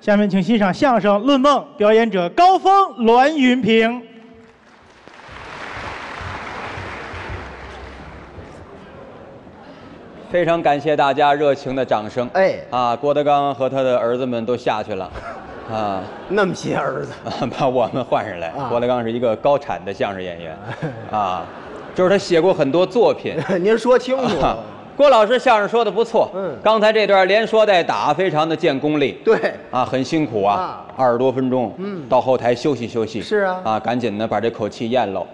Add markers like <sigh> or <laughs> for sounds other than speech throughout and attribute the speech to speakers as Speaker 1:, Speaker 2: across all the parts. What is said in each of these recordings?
Speaker 1: 下面请欣赏相声《论梦》，表演者高峰、栾云平。
Speaker 2: 非常感谢大家热情的掌声。
Speaker 3: 哎
Speaker 2: 啊，郭德纲和他的儿子们都下去了，啊， <laughs>
Speaker 3: 那么些儿子， <laughs>
Speaker 2: 把我们换上来。
Speaker 3: 啊
Speaker 2: 郭德纲是一个高产的相声演员，啊，就是他写过很多作
Speaker 3: <laughs>
Speaker 2: 品。
Speaker 3: 您说清楚。
Speaker 2: 啊郭老师相声说的不错，
Speaker 3: 嗯
Speaker 2: 刚才这段连说带打，非常的见功力。
Speaker 3: 对，
Speaker 2: 啊，很辛苦啊
Speaker 3: 啊，
Speaker 2: 二十多分钟，
Speaker 3: 嗯
Speaker 2: 到后台休息休息。
Speaker 3: 是啊
Speaker 2: 啊，赶紧的把这口气咽
Speaker 3: <laughs>
Speaker 2: 喽。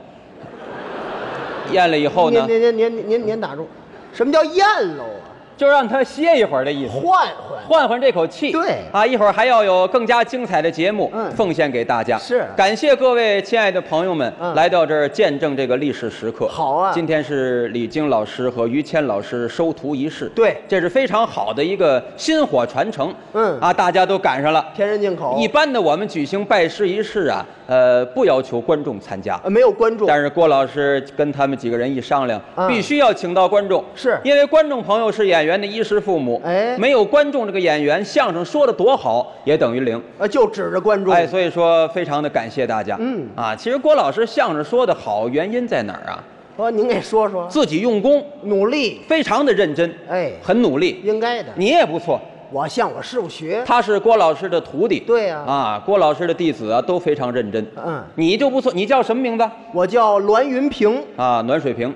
Speaker 2: 咽了以后
Speaker 3: 您
Speaker 2: 呢，
Speaker 3: 您您您您您打住，什么叫咽喽啊？
Speaker 2: 就让他歇一会儿的意思，
Speaker 3: 换换，
Speaker 2: 换换这口气。
Speaker 3: 对
Speaker 2: 啊，一会儿还要有更加精彩的节目
Speaker 3: 嗯
Speaker 2: 奉献给大家。
Speaker 3: 是
Speaker 2: 感谢各位亲爱的朋友们
Speaker 3: 嗯
Speaker 2: 来到这儿见证这个历史时刻。
Speaker 3: 好啊
Speaker 2: 今天是李菁老师和于谦老师收徒仪式。
Speaker 3: 对
Speaker 2: 这是非常好的一个薪火传承。
Speaker 3: 嗯
Speaker 2: 啊，大家都赶上了。
Speaker 3: 天人进口，
Speaker 2: 一般的，我们举行拜师仪式啊，呃，不要求观众参加。
Speaker 3: 呃没有关注，
Speaker 2: 但是郭老师跟他们几个人一商量，
Speaker 3: 嗯
Speaker 2: 必须要请到观众，
Speaker 3: 是
Speaker 2: 因为观众朋友是演员的衣食父母，
Speaker 3: 哎
Speaker 2: 没有观众，这个演员相声说的多好也等于零。
Speaker 3: 呃就指着观众。
Speaker 2: 哎，所以说非常的感谢大家。
Speaker 3: 嗯
Speaker 2: 啊，其实郭老师相声说的好，原因在哪儿啊？
Speaker 3: 说您给说说，
Speaker 2: 自己用功，
Speaker 3: 努力，
Speaker 2: 非常的认真，
Speaker 3: 哎，
Speaker 2: 很努力。
Speaker 3: 应该的。
Speaker 2: 你也不错，
Speaker 3: 我向我师傅学，
Speaker 2: 他是郭老师的徒弟。
Speaker 3: 对呀
Speaker 2: 啊，郭老师的弟子啊都非常认真。
Speaker 3: 嗯，
Speaker 2: 你就不错，你叫什么名字？
Speaker 3: 我叫栾云平，
Speaker 2: 啊，暖水瓶。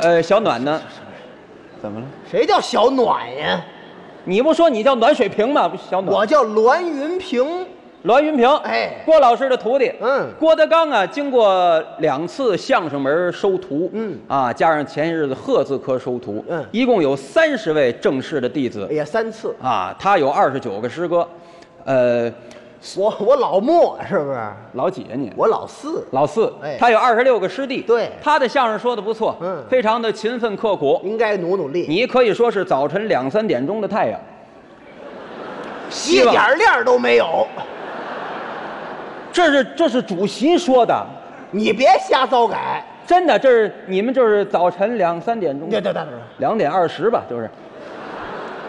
Speaker 2: 呃，小暖呢？怎么了？
Speaker 3: 谁叫小暖呀？
Speaker 2: 你不说你叫暖水瓶吗？不是小暖。
Speaker 3: 我叫栾云平，
Speaker 2: 栾云平，
Speaker 3: 哎
Speaker 2: 郭老师的徒弟。
Speaker 3: 嗯
Speaker 2: 郭德纲啊，经过两次相声门收徒，
Speaker 3: 嗯
Speaker 2: 啊，加上前些日子贺字科收徒，
Speaker 3: 嗯哎
Speaker 2: 一共有三十位正式的弟子，
Speaker 3: 也三次，
Speaker 2: 啊，他有二十九个师哥，呃，
Speaker 3: 我我老莫是不是？
Speaker 2: 老几呀、你？
Speaker 3: 我老四，
Speaker 2: 老四，
Speaker 3: 哎
Speaker 2: 他有二十六个师弟，
Speaker 3: 对
Speaker 2: 他的相声说的不错，
Speaker 3: 嗯
Speaker 2: 非常的勤奋刻苦，
Speaker 3: 应该努努力，
Speaker 2: 你可以说是早晨两三点钟的太阳，
Speaker 3: 一
Speaker 2: 希望
Speaker 3: 点亮儿都没有。
Speaker 2: 这是这是主席说的，
Speaker 3: 你别瞎糟改。
Speaker 2: 真的，这是你们就是早晨两三点钟，
Speaker 3: 对对对对，
Speaker 2: 两点二十吧，就是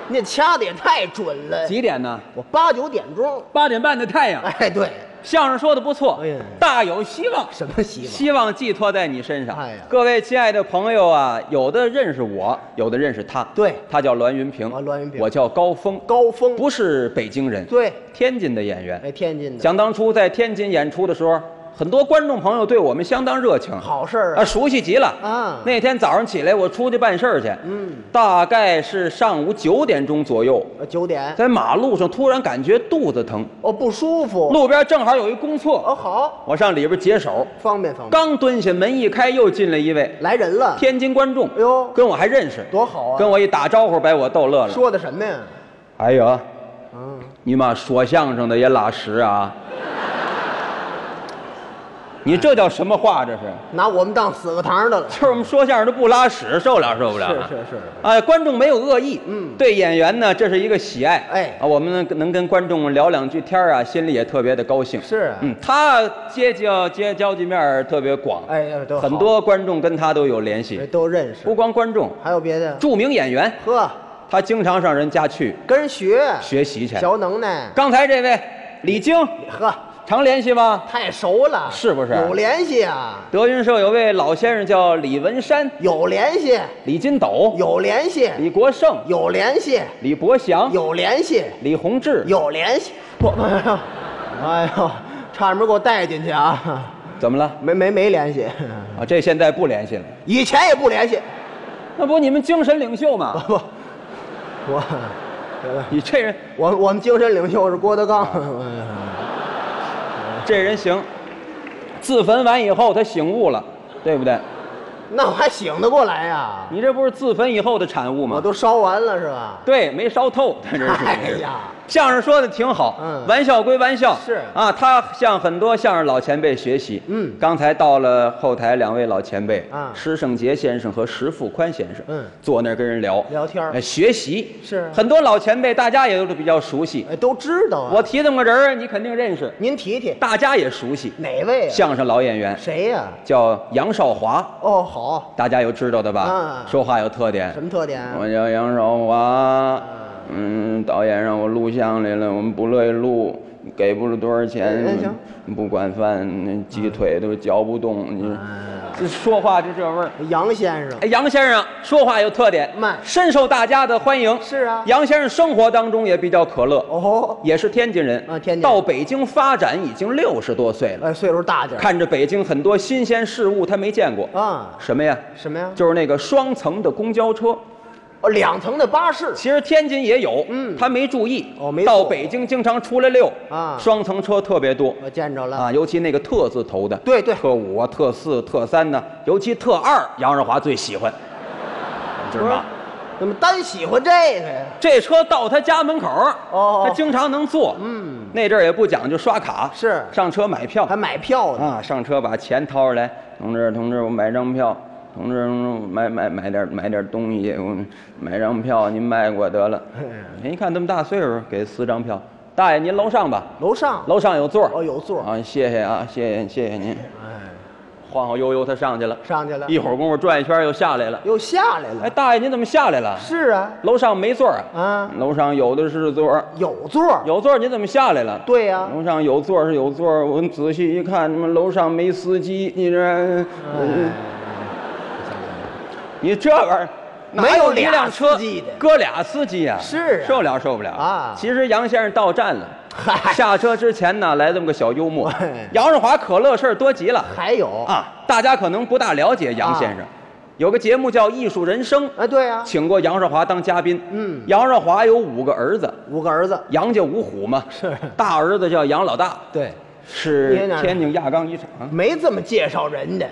Speaker 3: 你掐的也太准了。
Speaker 2: 几点呢？
Speaker 3: 我八九点钟，
Speaker 2: 八点半的太阳。
Speaker 3: 哎，对，
Speaker 2: 相声说的不错
Speaker 3: 哎呀，
Speaker 2: 大有希望。
Speaker 3: 什 <laughs> 么希望？
Speaker 2: 希望寄托在你身上。
Speaker 3: 哎呀
Speaker 2: 各位亲爱的朋友啊，有的认识我，有的认识他。
Speaker 3: 对
Speaker 2: 他叫栾云平，
Speaker 3: 啊栾云平
Speaker 2: 我叫高峰，
Speaker 3: 高峰
Speaker 2: 不是北京人，，
Speaker 3: 对，
Speaker 2: 天津的演员。
Speaker 3: 哎，天津的
Speaker 2: 想当初在天津演出的时候，很多观众朋友对我们相当热情，
Speaker 3: 好事儿
Speaker 2: 啊，
Speaker 3: 啊，
Speaker 2: 熟悉极了
Speaker 3: 啊
Speaker 2: 那天早上起来，我出去办事儿去，
Speaker 3: 嗯，
Speaker 2: 大概是上午九点钟左右，
Speaker 3: 呃九点，
Speaker 2: 在马路上突然感觉肚子疼，
Speaker 3: 哦，不舒服，
Speaker 2: 路边正好有一公
Speaker 3: 哦，
Speaker 2: 厕，
Speaker 3: 好，
Speaker 2: 我上里边解手，
Speaker 3: 方便方便。
Speaker 2: 刚蹲下，门一开，又进来一位
Speaker 3: 来人了，
Speaker 2: 天津观众，
Speaker 3: 哎呦
Speaker 2: 跟我还认识，
Speaker 3: 多好啊！
Speaker 2: 跟我一打招呼，把我逗乐了。
Speaker 3: 说的什么呀？
Speaker 2: 哎呦，
Speaker 3: 嗯，
Speaker 2: 你妈说相声的也拉屎啊！ <laughs> 你这叫什么话？这是，
Speaker 3: 拿我们当死个堂的了。
Speaker 2: 就是我们说相声的不拉屎，受不了受不了啊。
Speaker 3: 是是是
Speaker 2: 哎，观众没有恶意，
Speaker 3: 嗯
Speaker 2: 对演员呢，这是一个喜爱，
Speaker 3: 哎
Speaker 2: 啊，我们能能跟观众聊两句天儿啊，心里也特别的高兴。
Speaker 3: 是啊
Speaker 2: 嗯，他接交接交际面儿特别广，
Speaker 3: 哎呀，都好
Speaker 2: 很多观众跟他都有联系
Speaker 3: 哎，都认识
Speaker 2: 不，光观众，
Speaker 3: 还有别的，
Speaker 2: 著名演员，
Speaker 3: 呵，
Speaker 2: 他经常上人家去
Speaker 3: 跟人学
Speaker 2: 学习去。嗯
Speaker 3: 小能耐，
Speaker 2: 刚才这位李菁，
Speaker 3: 呵，
Speaker 2: 常联系吗？
Speaker 3: 太熟了，
Speaker 2: 是不是
Speaker 3: 有联系啊？
Speaker 2: 德云社有位老先生叫李文山、
Speaker 3: 有联系，
Speaker 2: 李金斗、
Speaker 3: 有联系，
Speaker 2: 李国盛、
Speaker 3: 有联系，
Speaker 2: 李伯祥、
Speaker 3: 有联系，
Speaker 2: 李洪志，
Speaker 3: 有联系。我，哎呦，差点没给我带进去啊！
Speaker 2: 怎么了？
Speaker 3: 没没没联系，
Speaker 2: 啊，这现在不联系了。
Speaker 3: 以前也不联系。
Speaker 2: 那不你们精神领袖吗？
Speaker 3: 不，我，
Speaker 2: 你这人，
Speaker 3: 我我们精神领袖是郭德纲。
Speaker 2: 这人行。自焚完以后，他醒悟了，对不对？
Speaker 3: 那我还醒得过来呀、
Speaker 2: 你这不是自焚以后的产物吗？
Speaker 3: 我都烧完了是吧？
Speaker 2: 对，没烧透，他这是。
Speaker 3: <laughs> 哎呀，
Speaker 2: 相声说的挺好，
Speaker 3: 嗯
Speaker 2: 玩笑归玩笑，
Speaker 3: 是
Speaker 2: 啊，他向很多相声老前辈学习，
Speaker 3: 嗯
Speaker 2: 刚才到了后台，两位老前辈，
Speaker 3: 啊
Speaker 2: 施圣杰先生和石富宽先生，
Speaker 3: 嗯
Speaker 2: 坐那儿跟人聊
Speaker 3: 聊天儿
Speaker 2: 哎学习
Speaker 3: 是
Speaker 2: 很多老前辈，大家也都是比较熟悉，
Speaker 3: 哎，都知道啊。
Speaker 2: 我提这么个人儿，你肯定认识，
Speaker 3: 您提提
Speaker 2: 大家也熟悉，
Speaker 3: 哪位、啊？
Speaker 2: 相声老演员
Speaker 3: 谁呀、
Speaker 2: 叫杨少华，
Speaker 3: 哦，好，
Speaker 2: 大家有知道的吧？
Speaker 3: 啊
Speaker 2: 说话有特点
Speaker 3: 什，么特点啊？
Speaker 2: 我叫杨少华。
Speaker 3: 嗯
Speaker 2: 嗯，导演让我录像来了，我们不乐意录，给不了多少钱，
Speaker 3: 哎行啊
Speaker 2: 不管饭，那鸡腿都嚼不动，你这说话就这味儿。
Speaker 3: 杨先生
Speaker 2: 哎，杨先生说话有特点，
Speaker 3: 慢
Speaker 2: 深受大家的欢迎。
Speaker 3: 是啊
Speaker 2: 杨先生生活当中也比较可乐，
Speaker 3: 哦，
Speaker 2: 也是天津人
Speaker 3: 啊天津人
Speaker 2: 到北京发展已经六十多岁了，
Speaker 3: 哎，岁数大点儿
Speaker 2: 看着北京很多新鲜事物，他没见过。
Speaker 3: 啊，
Speaker 2: 什么呀？
Speaker 3: 什么呀？
Speaker 2: 就是那个双层的公交车，
Speaker 3: 哦，两层的巴士，
Speaker 2: 其实天津也有，
Speaker 3: 嗯
Speaker 2: 他没注意，
Speaker 3: 哦没
Speaker 2: 到
Speaker 3: 坐过
Speaker 2: 北京经常出来溜
Speaker 3: 啊
Speaker 2: 双层车特别多
Speaker 3: 我见着了。
Speaker 2: 啊，尤其那个特字头的，
Speaker 3: 对对
Speaker 2: 特五啊、特四、特三呢，尤其特二，杨少华最喜欢，知道
Speaker 3: 不是
Speaker 2: 吗？
Speaker 3: 怎么单喜欢这个呀？
Speaker 2: 这车到他家门口，
Speaker 3: 哦
Speaker 2: 他经常能坐。
Speaker 3: 嗯，
Speaker 2: 那阵儿也不讲究刷卡，
Speaker 3: 是
Speaker 2: 上车买票
Speaker 3: 还买票呢？
Speaker 2: 啊，上车把钱掏出来，同志同志，我买张票，同志同志，我买买买点买点东西，我买张票，您卖给我得了。
Speaker 3: 哎
Speaker 2: 您一看这么大岁数，给四张票，大爷您楼上吧，
Speaker 3: 楼上
Speaker 2: 楼上有座儿。
Speaker 3: 哦有座儿
Speaker 2: 啊，谢谢啊，谢谢谢谢您。
Speaker 3: 哎，
Speaker 2: 晃晃悠悠他上去了，
Speaker 3: 上去了，
Speaker 2: 一会儿功夫转一圈又下来了。
Speaker 3: 又下来
Speaker 2: 哎，
Speaker 3: 了。
Speaker 2: 大爷您怎么下来了？
Speaker 3: 是啊，
Speaker 2: 楼上没座儿啊？
Speaker 3: 啊，
Speaker 2: 楼上有的是座儿，
Speaker 3: 有座儿。
Speaker 2: 有座嗯儿您怎么下来了？
Speaker 3: 对呀，
Speaker 2: 楼上有座儿是有座儿，我仔细一看，你们楼上没司机，你这，
Speaker 3: 哎
Speaker 2: 嗯你这玩意儿。哪
Speaker 3: 没有
Speaker 2: 一辆
Speaker 3: 俩
Speaker 2: 车
Speaker 3: 司机的
Speaker 2: 搁俩司机呀、
Speaker 3: 是啊
Speaker 2: 受不了受不了
Speaker 3: 啊
Speaker 2: 其实杨先生到站了，
Speaker 3: 嗨
Speaker 2: 下车之前呢，来这么个小幽默
Speaker 3: 哎。
Speaker 2: 杨日华可乐事儿多极了
Speaker 3: 还有
Speaker 2: 啊！大家可能不大了解杨先生，有个节目叫《艺术人生》，
Speaker 3: 啊，对呀，
Speaker 2: 请过杨少华当嘉宾。
Speaker 3: 嗯
Speaker 2: 杨少华有五个儿子，
Speaker 3: 五个儿子。
Speaker 2: 杨家五虎嘛。
Speaker 3: 是
Speaker 2: 大儿子叫杨老大，
Speaker 3: 对，
Speaker 2: 是
Speaker 3: 爷爷哪儿
Speaker 2: 天津亚钢一厂，
Speaker 3: 没这么介绍人的。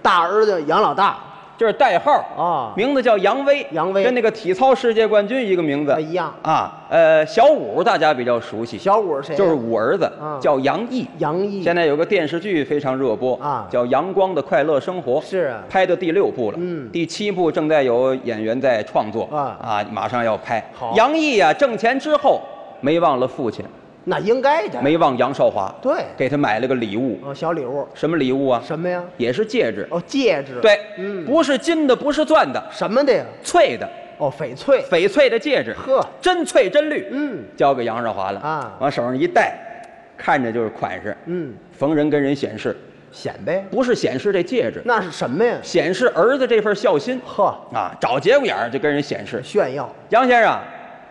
Speaker 3: 大儿子杨老大
Speaker 2: 这是代号
Speaker 3: 啊
Speaker 2: 名字叫杨威，
Speaker 3: 杨威
Speaker 2: 跟那个体操世界冠军一个名字
Speaker 3: 啊一样
Speaker 2: 啊。呃，小五大家比较熟悉，
Speaker 3: 小五是哎谁呀？
Speaker 2: 就是五儿子
Speaker 3: 啊
Speaker 2: 叫杨毅。
Speaker 3: 杨毅。
Speaker 2: 现在有个电视剧非常热播
Speaker 3: 啊
Speaker 2: 叫《阳光的快乐生活》，
Speaker 3: 是啊
Speaker 2: 拍到第六部了，
Speaker 3: 嗯
Speaker 2: 第七部正在有演员在创作
Speaker 3: 啊
Speaker 2: 马上要拍。
Speaker 3: 好
Speaker 2: 杨毅啊，挣钱之后没忘了父亲，
Speaker 3: 那应该的。
Speaker 2: 没忘杨少华，
Speaker 3: 对
Speaker 2: 给他买了个礼物，
Speaker 3: 哦，小礼物
Speaker 2: 什么礼物啊？
Speaker 3: 什么呀？
Speaker 2: 也是戒指，
Speaker 3: 哦，戒指。
Speaker 2: 对，
Speaker 3: 嗯，
Speaker 2: 不是金的，不是钻的，
Speaker 3: 什么的呀？
Speaker 2: 翠的，
Speaker 3: 哦，翡翠。
Speaker 2: 翡翠的戒指，
Speaker 3: 呵
Speaker 2: 真翠真绿，
Speaker 3: 嗯
Speaker 2: 交给杨少华了
Speaker 3: 啊
Speaker 2: 往手上一戴，看着就是款式，
Speaker 3: 嗯，
Speaker 2: 逢人跟人显示，
Speaker 3: 显摆。
Speaker 2: 不是显示这戒指，
Speaker 3: 那是什么呀？
Speaker 2: 显示儿子这份孝心
Speaker 3: 呵，
Speaker 2: 啊，找节骨眼儿就跟人显示。
Speaker 3: 炫耀。
Speaker 2: 杨先生，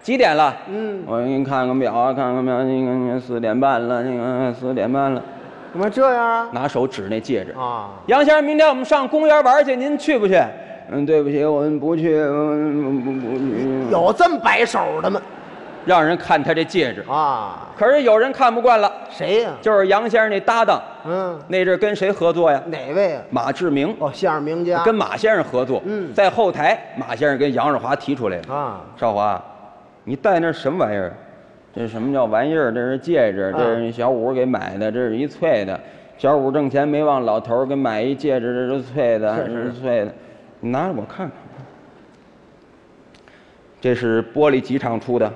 Speaker 2: 几点了？
Speaker 3: 嗯，
Speaker 2: 我给你看看表啊，看看表，那个那个四点半了，那个四点半了，
Speaker 3: 怎么这样啊？
Speaker 2: 拿手指那戒指。
Speaker 3: 啊，
Speaker 2: 杨先生，明天我们上公园玩去，您去不去？嗯，对不起，我们不去，嗯，不不去。
Speaker 3: 有这么摆手的吗？
Speaker 2: 让人看他这戒指，
Speaker 3: 啊，
Speaker 2: 可是有人看不惯了，
Speaker 3: 谁呀、
Speaker 2: 就是杨先生那搭档，
Speaker 3: 嗯，
Speaker 2: 那阵儿跟谁合作呀？
Speaker 3: 哪位啊？
Speaker 2: 马志明
Speaker 3: 哦，相声名家。
Speaker 2: 跟马先生合作，
Speaker 3: 嗯
Speaker 2: 在后台，马先生跟杨少华提出来了。
Speaker 3: 啊，
Speaker 2: 少华，你戴那什么玩意儿？这什么叫玩意儿？这是戒指，
Speaker 3: 啊
Speaker 2: 这是小五给买的，这是一翠的。小五挣钱没忘老头儿给买一戒指，这是翠的，
Speaker 3: 是
Speaker 2: 这
Speaker 3: 是
Speaker 2: 是翠的。你拿着我看看，这是玻璃几厂出的，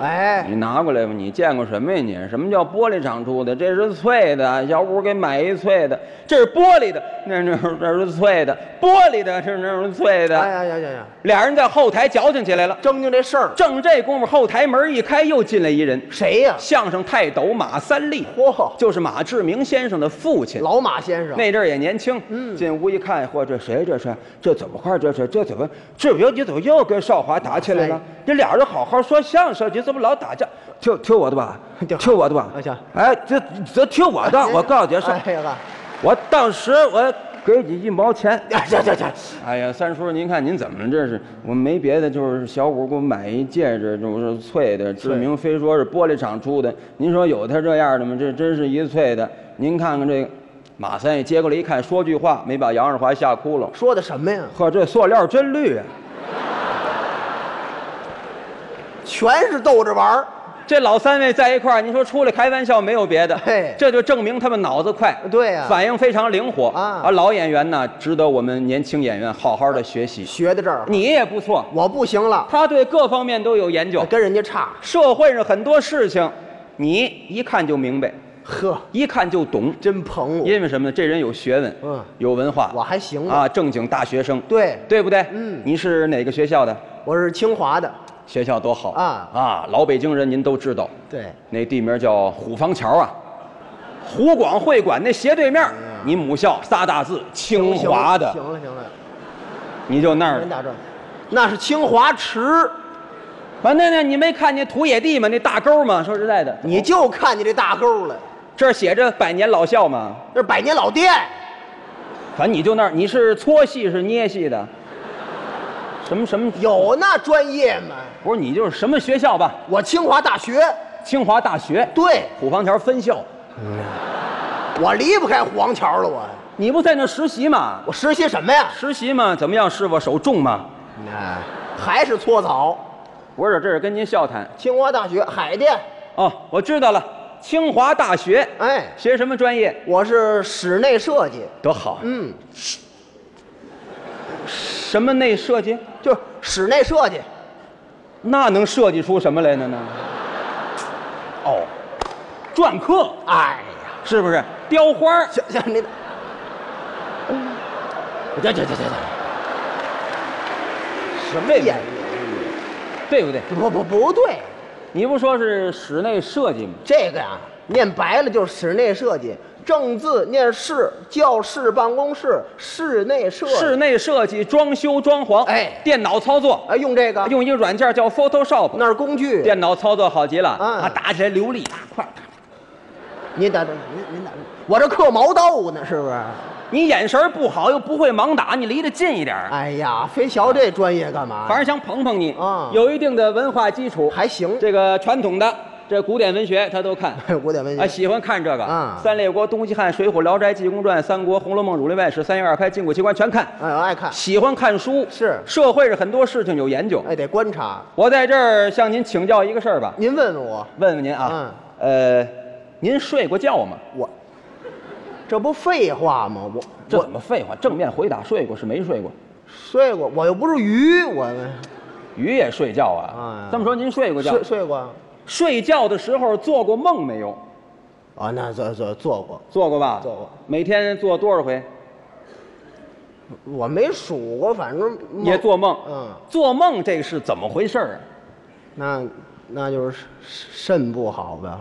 Speaker 3: 哎，
Speaker 2: 你拿过来吧。你见过什么呀你？什么叫玻璃厂出的？这是翠的，小五给买一翠的，这是玻璃的，那那这是翠的，玻璃的，这那是翠的。
Speaker 3: 哎呀呀呀呀，
Speaker 2: 俩人在后台矫情起来了。
Speaker 3: 正经这事儿，
Speaker 2: 正这功夫，后台门一开，又进来一人，
Speaker 3: 谁呀、
Speaker 2: 相声泰斗马三立，
Speaker 3: 嚯，
Speaker 2: 就是马志明先生的父亲。
Speaker 3: 老马先生，
Speaker 2: 那阵儿也年轻，
Speaker 3: 嗯
Speaker 2: 进屋一看，嚯，这谁？这是这怎么回事？这是这怎么？志明，你怎么又跟少华打起来了
Speaker 3: 哎？
Speaker 2: 这俩人好好说相声，你怎么老打架？听听我的
Speaker 3: <laughs>
Speaker 2: 吧，
Speaker 3: 听
Speaker 2: 听我的吧
Speaker 3: 啊行。
Speaker 2: 哎，这这听我
Speaker 3: <laughs>
Speaker 2: 的，我告诉你，是
Speaker 3: 哎呀，
Speaker 2: 我当时我给你一毛
Speaker 3: <laughs>
Speaker 2: 钱，
Speaker 3: 呀呀呀呀，
Speaker 2: 哎呀，三叔，您看您怎么这是？我没别的，就是小五给我买一戒指，就是翠的，志明非说是玻璃厂出的。您说有他这样的吗？这真是一翠的。您看看这个，马三也接过来一看，说句话没把杨二华吓哭了。
Speaker 3: 说的什么呀？
Speaker 2: 呵，这塑料真绿啊！
Speaker 3: 全是逗着玩儿。
Speaker 2: 这老三位在一块儿，您说出来开玩笑没有别的
Speaker 3: 嘿，
Speaker 2: 这就证明他们脑子快，
Speaker 3: 对呀、
Speaker 2: 反应非常灵活
Speaker 3: 啊
Speaker 2: 老演员呢，值得我们年轻演员好好的学习。
Speaker 3: 学的这儿，
Speaker 2: 你也不错，
Speaker 3: 我不行了，
Speaker 2: 他对各方面都有研究。
Speaker 3: 啊跟人家差。
Speaker 2: 社会上很多事情，你一看就明白，
Speaker 3: 呵，
Speaker 2: 一看就懂，
Speaker 3: 真捧我，
Speaker 2: 因为什么呢？这人有学问，
Speaker 3: 嗯
Speaker 2: 有文化，
Speaker 3: 我还行吧
Speaker 2: 啊，正经大学生，
Speaker 3: 对
Speaker 2: 对不对？
Speaker 3: 嗯
Speaker 2: 你是哪个学校的？
Speaker 3: 我是清华的，
Speaker 2: 学校多好
Speaker 3: 啊
Speaker 2: 啊！老北京人您都知道，
Speaker 3: 对，
Speaker 2: 那地名叫虎坊桥啊，湖广会馆那斜对面
Speaker 3: 哎
Speaker 2: 儿，你母校仨大字清华的，
Speaker 3: 行了行了，
Speaker 2: 你就那儿
Speaker 3: 您。打转，那是清华池，
Speaker 2: 完啊那那你没看见土野地吗？那大沟吗？说实在的，
Speaker 3: 你就看见这大沟了，
Speaker 2: 这儿写着百年老校吗？
Speaker 3: 那是百年老店，
Speaker 2: 反正你就那儿，你是搓戏是捏戏的，什么什么
Speaker 3: 有那专业吗？
Speaker 2: 不是你就是什么学校吧？
Speaker 3: 我清华大学，
Speaker 2: 清华大学
Speaker 3: 对
Speaker 2: 虎坊桥分校，
Speaker 3: 我离不开虎王桥了，我
Speaker 2: 你不在那儿实习吗？
Speaker 3: 我实习什么呀？
Speaker 2: 实习吗？怎么样，师傅手重吗？
Speaker 3: 哎，还是搓澡。
Speaker 2: 不是，这是跟您笑谈。
Speaker 3: 清华大学海淀，
Speaker 2: 哦，我知道了，清华大学
Speaker 3: 哎，
Speaker 2: 学什么专业？
Speaker 3: 我是室内设计，
Speaker 2: 多好，
Speaker 3: 嗯，
Speaker 2: 什么内设计？
Speaker 3: 就是室内设计。
Speaker 2: 那能设计出什么来呢呢？哦，篆刻
Speaker 3: 哎呀，
Speaker 2: 是不是？雕花儿
Speaker 3: 行行，你，
Speaker 2: 嗯
Speaker 3: 这这这这这，
Speaker 2: 什么
Speaker 3: 演
Speaker 2: 呀？对不对？
Speaker 3: 哎不不不对，
Speaker 2: 你不说是室内设计吗？
Speaker 3: 这个呀，念白了就是室内设计，正字念室，教室、办公室、室内设计。
Speaker 2: 室，内设计、装修、装潢，
Speaker 3: 哎
Speaker 2: 电脑操作，
Speaker 3: 哎，用这个，
Speaker 2: 用一个软件叫 Photoshop，
Speaker 3: 那是工具。
Speaker 2: 电脑操作好极了，
Speaker 3: 嗯
Speaker 2: 啊，打起来流利大块儿。
Speaker 3: 您打，您您打，我这刻毛豆呢，是不是？
Speaker 2: 你眼神儿不好又不会盲打，你离得近一点儿，
Speaker 3: 哎呀，非学这专业干嘛？
Speaker 2: 反正想捧捧你
Speaker 3: 啊
Speaker 2: 有一定的文化基础，
Speaker 3: 还行。哎
Speaker 2: 这个传统的这古典文学他都
Speaker 3: <laughs>
Speaker 2: 看。
Speaker 3: 古典文
Speaker 2: 啊，
Speaker 3: 学，
Speaker 2: 喜欢看这个
Speaker 3: 啊
Speaker 2: 三列国、东西汉、水浒、聊斋、济公传、三国、红楼梦、儒林外史、三言二拍、金谷奇观全看。
Speaker 3: 哎，我爱看，
Speaker 2: 喜欢看书
Speaker 3: 是
Speaker 2: 社会上很多事情有研究。
Speaker 3: 哎，得观察。
Speaker 2: 我在这儿向您请教一个事儿吧，
Speaker 3: 您问问我，
Speaker 2: 问问您
Speaker 3: 嗯
Speaker 2: 啊，呃，您睡过觉吗？
Speaker 3: 我这不废话吗？我
Speaker 2: 这
Speaker 3: 我
Speaker 2: 怎么废话？正面回答，睡过是没睡过，
Speaker 3: 睡过，我又不是鱼，我
Speaker 2: 鱼也睡觉
Speaker 3: 哎
Speaker 2: 啊
Speaker 3: 呀。
Speaker 2: 这么说，您睡过觉
Speaker 3: 睡？睡过。
Speaker 2: 睡觉的时候做过梦没有？
Speaker 3: 啊，那做做做过，
Speaker 2: 做过吧？
Speaker 3: 做过。
Speaker 2: 每天做多少回？
Speaker 3: 我没数过，反正梦
Speaker 2: 也做梦。
Speaker 3: 嗯，
Speaker 2: 做梦这是怎么回事儿啊？
Speaker 3: 那那就是肾肾不好吧？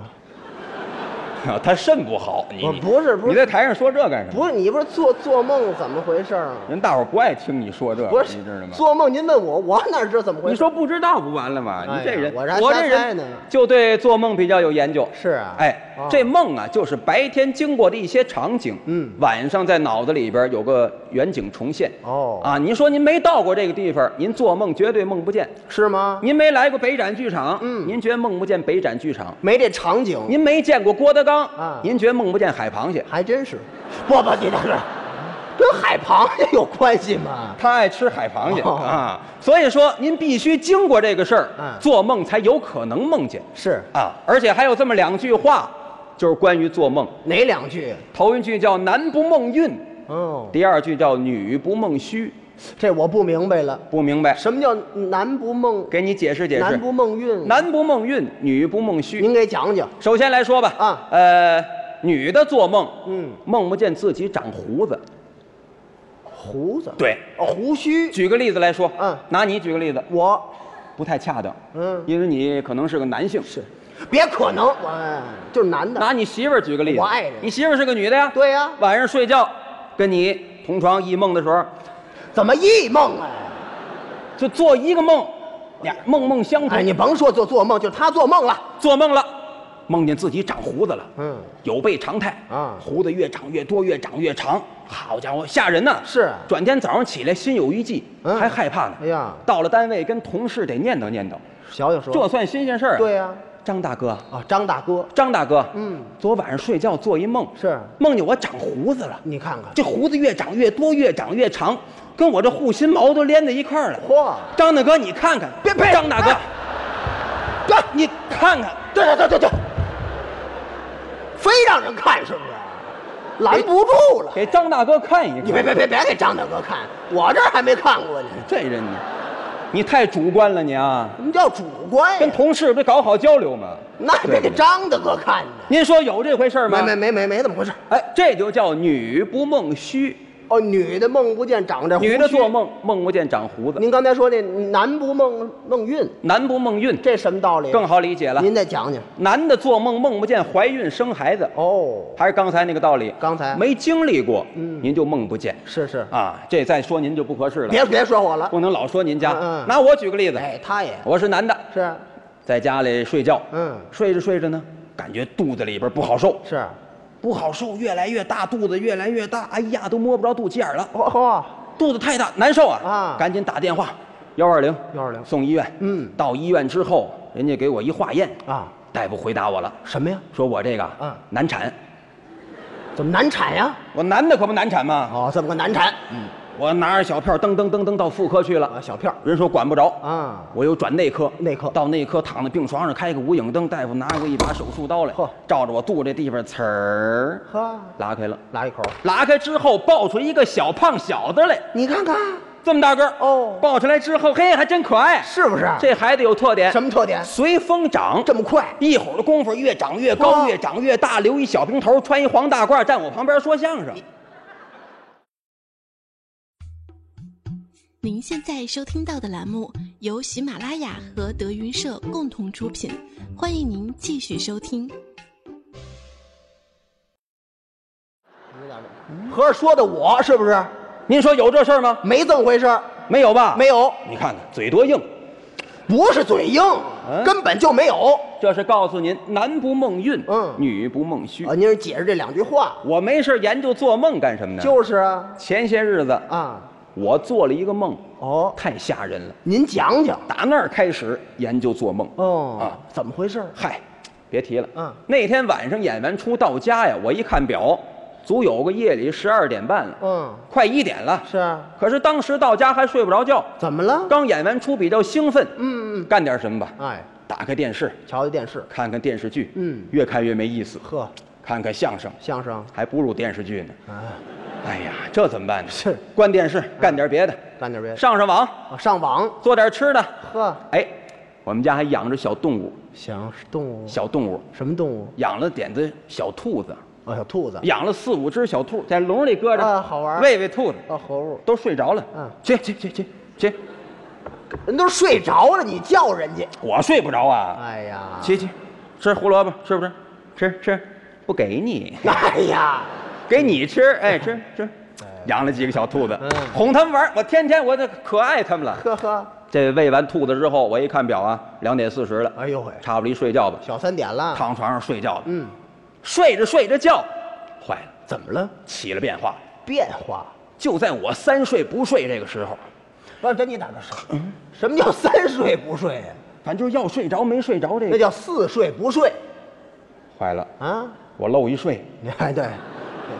Speaker 2: 啊， <laughs> 他肾不好，你
Speaker 3: 我不是不是
Speaker 2: 你在台上说这干什么？
Speaker 3: 不是，你不是做做梦怎么回事儿吗？
Speaker 2: 人大伙儿不爱听你说这个，
Speaker 3: 不是
Speaker 2: 你知道吗？
Speaker 3: 做梦，您问我，我哪知道怎么回
Speaker 2: 你
Speaker 3: 事？
Speaker 2: 说不知道不完了吗？
Speaker 3: 哎呀
Speaker 2: 你这人，
Speaker 3: 我这还
Speaker 2: 我
Speaker 3: 瞎
Speaker 2: 这
Speaker 3: 猜
Speaker 2: 人
Speaker 3: 呢
Speaker 2: 就对做梦比较有研究。
Speaker 3: 是啊
Speaker 2: 哎
Speaker 3: 哦，
Speaker 2: 这梦啊，就是白天经过的一些场景，
Speaker 3: 嗯
Speaker 2: 晚上在脑子里边有个远景重现。
Speaker 3: 哦
Speaker 2: 啊，您说您没到过这个地方，您做梦绝对梦不见；
Speaker 3: 是吗？
Speaker 2: 您没来过北展剧场，
Speaker 3: 嗯
Speaker 2: 您觉梦不见北展剧场；
Speaker 3: 没这场景，
Speaker 2: 您没见过郭德纲，
Speaker 3: 啊
Speaker 2: 您觉梦不见海螃蟹。
Speaker 3: 还真是。不不，你这是跟海螃蟹有关系吗？
Speaker 2: 他爱吃海螃蟹、
Speaker 3: 哦
Speaker 2: 啊，所以说您必须经过这个事儿，
Speaker 3: 嗯
Speaker 2: 做梦才有可能梦见
Speaker 3: 是
Speaker 2: 啊。而且还有这么两句话，就是关于做梦。
Speaker 3: 哪两句？
Speaker 2: 头一句叫“男不梦孕
Speaker 3: 哦”，，
Speaker 2: 第二句叫“女不梦虚
Speaker 3: 这我不明白了”，，
Speaker 2: 不明白？
Speaker 3: 什么叫男不梦，
Speaker 2: 给你解释解释
Speaker 3: 男。不梦孕？，
Speaker 2: 男不梦孕，女不梦虚。
Speaker 3: 您给讲讲。
Speaker 2: 首先来说吧，
Speaker 3: 啊
Speaker 2: 呃，女的做梦，
Speaker 3: 嗯，
Speaker 2: 梦不见自己长胡子。
Speaker 3: 胡子，
Speaker 2: 对，
Speaker 3: 哦，胡须，
Speaker 2: 举个例子来说，
Speaker 3: 嗯
Speaker 2: 拿你举个例子，
Speaker 3: 我，
Speaker 2: 不太恰当，
Speaker 3: 嗯
Speaker 2: 因为你可能是个男性，是。
Speaker 3: 别可能，我哎就是男的。
Speaker 2: 拿你媳妇儿举个例子，
Speaker 3: 我爱人
Speaker 2: 你媳妇儿是个女的呀，
Speaker 3: 对呀
Speaker 2: 晚上睡觉跟你同床异梦的时候，
Speaker 3: 怎么异梦啊？
Speaker 2: 就做一个梦，俩梦梦相
Speaker 3: 哎，
Speaker 2: 同，
Speaker 3: 你甭说做做梦，就是他做梦了。
Speaker 2: 做梦了，梦见自己长胡子了，
Speaker 3: 嗯，
Speaker 2: 有悖常态
Speaker 3: 啊
Speaker 2: 胡子越长越多，越长越长，好家伙，吓人呐！
Speaker 3: 是啊
Speaker 2: 转天早上起来心有余悸，
Speaker 3: 嗯
Speaker 2: 还害怕呢。
Speaker 3: 哎呀
Speaker 2: 到了单位跟同事得念叨念叨，
Speaker 3: 小小说，
Speaker 2: 这算新鲜事儿啊。
Speaker 3: 对呀、
Speaker 2: 张大哥，
Speaker 3: 啊，张大哥，
Speaker 2: 张大哥，
Speaker 3: 嗯，
Speaker 2: 昨晚上睡觉做一梦，
Speaker 3: 是
Speaker 2: 梦见我长胡子了。
Speaker 3: 你看看，
Speaker 2: 这胡子越长越多，越长越长，跟我这护心毛都连在一块儿了。
Speaker 3: 嚯，
Speaker 2: 张大哥，你看看，
Speaker 3: 别啊别
Speaker 2: 张大哥
Speaker 3: 哎，
Speaker 2: 哥、你看看，
Speaker 3: 对对对对对，非让人看是不是？拦不住了。
Speaker 2: 给张大哥看一看。
Speaker 3: 你别别别别给张大哥看，我这儿还没看过呢。
Speaker 2: 这人你，你太主观了你啊！
Speaker 3: 什么叫主观
Speaker 2: 跟
Speaker 3: 呀？
Speaker 2: 同事不得搞好交流吗？
Speaker 3: 那也别给张大哥看呢。
Speaker 2: 您说有这回事儿吗？
Speaker 3: 没没没没没怎么回事。
Speaker 2: 哎，这就叫女不梦虚，
Speaker 3: 哦，女的梦不见长这胡须
Speaker 2: 女的做。梦梦不见长胡子，
Speaker 3: 您刚才说那男不梦梦孕，
Speaker 2: 男不梦孕，
Speaker 3: 这什么道理？
Speaker 2: 更好理解了。
Speaker 3: 您再讲讲。
Speaker 2: 男的做梦梦不见怀孕生孩子，
Speaker 3: 哦，
Speaker 2: 还是刚才那个道理。
Speaker 3: 刚才
Speaker 2: 没经历过，
Speaker 3: 嗯
Speaker 2: 您就梦不见
Speaker 3: 是是，
Speaker 2: 啊。这再说您就不合适了，
Speaker 3: 别别说我了。
Speaker 2: 不能老说您家。
Speaker 3: 嗯嗯
Speaker 2: 拿我举个例子，
Speaker 3: 哎，他也
Speaker 2: 我是男的，
Speaker 3: 是，
Speaker 2: 在家里睡觉，
Speaker 3: 嗯
Speaker 2: 睡着睡着呢，感觉肚子里边不好受，
Speaker 3: 是，
Speaker 2: 不好受，越来越大，肚子越来越大，哎呀，都摸不着肚脐眼了，
Speaker 3: 哇、哦，
Speaker 2: 肚子太大，难受啊！
Speaker 3: 啊
Speaker 2: 赶紧打电话，幺二零，
Speaker 3: 120
Speaker 2: 送医院。
Speaker 3: 嗯
Speaker 2: 到医院之后，人家给我一化验，
Speaker 3: 啊，
Speaker 2: 大夫回答我了，
Speaker 3: 什么呀？
Speaker 2: 说我这个
Speaker 3: 嗯
Speaker 2: 难产，
Speaker 3: 怎么难产呀？
Speaker 2: 我男的可不难产吗？
Speaker 3: 哦，这么个难产。嗯，
Speaker 2: 我拿着小票噔噔噔噔到妇科去了，
Speaker 3: 啊，小票
Speaker 2: 人说管不着，
Speaker 3: 啊，
Speaker 2: 我又转内科，
Speaker 3: 内科
Speaker 2: 到内科躺在病床上开个无影灯，大夫拿过一把手术刀来
Speaker 3: 呵，
Speaker 2: 照着我肚这地方刺儿
Speaker 3: 呵，
Speaker 2: 拉开了，
Speaker 3: 来一口，
Speaker 2: 拉开之后爆出一个小胖小子来，
Speaker 3: 你看看
Speaker 2: 这么大个儿
Speaker 3: 哦
Speaker 2: 爆出来之后，嘿，还真可爱，
Speaker 3: 是不是？
Speaker 2: 这孩子有特点，
Speaker 3: 什么特点？
Speaker 2: 随风长，
Speaker 3: 这么快？
Speaker 2: 一会儿的功夫越长越高，
Speaker 3: 哇
Speaker 2: 越长越大，留一小平头，穿一黄大褂，站我旁边说相声。
Speaker 4: 您现在收听到的栏目由喜马拉雅和德云社共同出品，欢迎您继续收听。
Speaker 3: 合着说的我是不是？
Speaker 2: 您说有这事儿吗？
Speaker 3: 没这么回事儿，
Speaker 2: 没有吧？
Speaker 3: 没。有，
Speaker 2: 你看看嘴多硬，
Speaker 3: 不是嘴硬，
Speaker 2: 嗯
Speaker 3: 根本就没有。
Speaker 2: 这是告诉您，男不梦孕，
Speaker 3: 嗯
Speaker 2: 女不梦虚。
Speaker 3: 啊，您是解释这两句话？
Speaker 2: 我没事研究做梦干什么呢？
Speaker 3: 就是啊，
Speaker 2: 前些日子，
Speaker 3: 啊，
Speaker 2: 我做了一个梦，
Speaker 3: 哦，
Speaker 2: 太吓人了。
Speaker 3: 您讲讲。
Speaker 2: 打那儿开始研究做梦。
Speaker 3: 哦，
Speaker 2: 啊
Speaker 3: 怎么回事儿？
Speaker 2: 嗨，别提了。
Speaker 3: 嗯
Speaker 2: 那天晚上演完出到家呀，我一看表，足有个夜里十二点半了，
Speaker 3: 嗯，
Speaker 2: 快一点了。
Speaker 3: 是啊
Speaker 2: 可是当时到家还睡不着觉，
Speaker 3: 怎么了？
Speaker 2: 刚演完出比较兴奋，
Speaker 3: 嗯嗯
Speaker 2: 干点什么吧。
Speaker 3: 哎，
Speaker 2: 打开电视，
Speaker 3: 瞧瞧电视，
Speaker 2: 看看电视剧，
Speaker 3: 嗯
Speaker 2: 越看越没意思。
Speaker 3: 呵，
Speaker 2: 看看相声，
Speaker 3: 相声
Speaker 2: 还不如电视剧呢。
Speaker 3: 啊，
Speaker 2: 哎呀，这怎么办呢？
Speaker 3: 是嗯
Speaker 2: 关电视，干点别的，
Speaker 3: 干点别的。
Speaker 2: 上上网，
Speaker 3: 啊上网，
Speaker 2: 做点吃的。
Speaker 3: 呵，
Speaker 2: 哎，我们家还养着小动物，
Speaker 3: 想动物，
Speaker 2: 小动物
Speaker 3: 什么动物？
Speaker 2: 养了点子小兔子，
Speaker 3: 哦，小兔子，
Speaker 2: 养了四五只小兔，在笼里搁着，
Speaker 3: 啊好玩儿
Speaker 2: 喂喂兔子，
Speaker 3: 哦，活物，
Speaker 2: 都睡着了。
Speaker 3: 嗯
Speaker 2: 去去去去去，
Speaker 3: 人都睡着了，你叫人家。
Speaker 2: 我睡不着啊。
Speaker 3: 哎呀，
Speaker 2: 去去，吃胡萝卜，吃不吃？吃吃，不给你，
Speaker 3: 哎呀， <laughs>
Speaker 2: 给你吃。哎，吃吃。养了几个小兔子
Speaker 3: 嗯，
Speaker 2: 哄他们玩儿，我天天我这可爱他们了。
Speaker 3: 呵呵，
Speaker 2: 这喂完兔子之后，我一看表啊，两点四十了，
Speaker 3: 哎呦喂，
Speaker 2: 差不离睡觉吧，
Speaker 3: 小三点了。
Speaker 2: 躺床上睡觉了。
Speaker 3: 嗯，
Speaker 2: 睡着睡着觉，坏了，
Speaker 3: 怎么了？
Speaker 2: 起了变化。
Speaker 3: 变化？
Speaker 2: 就在我三睡不睡这个时候，
Speaker 3: 不是，这你打个手。什么叫三睡不睡啊呀？
Speaker 2: 反正就是要睡着没睡着这
Speaker 3: 那
Speaker 2: 个
Speaker 3: 叫四睡不睡
Speaker 2: 坏了，
Speaker 3: 啊！ <laughs>
Speaker 2: 我漏一睡，
Speaker 3: 你哎对，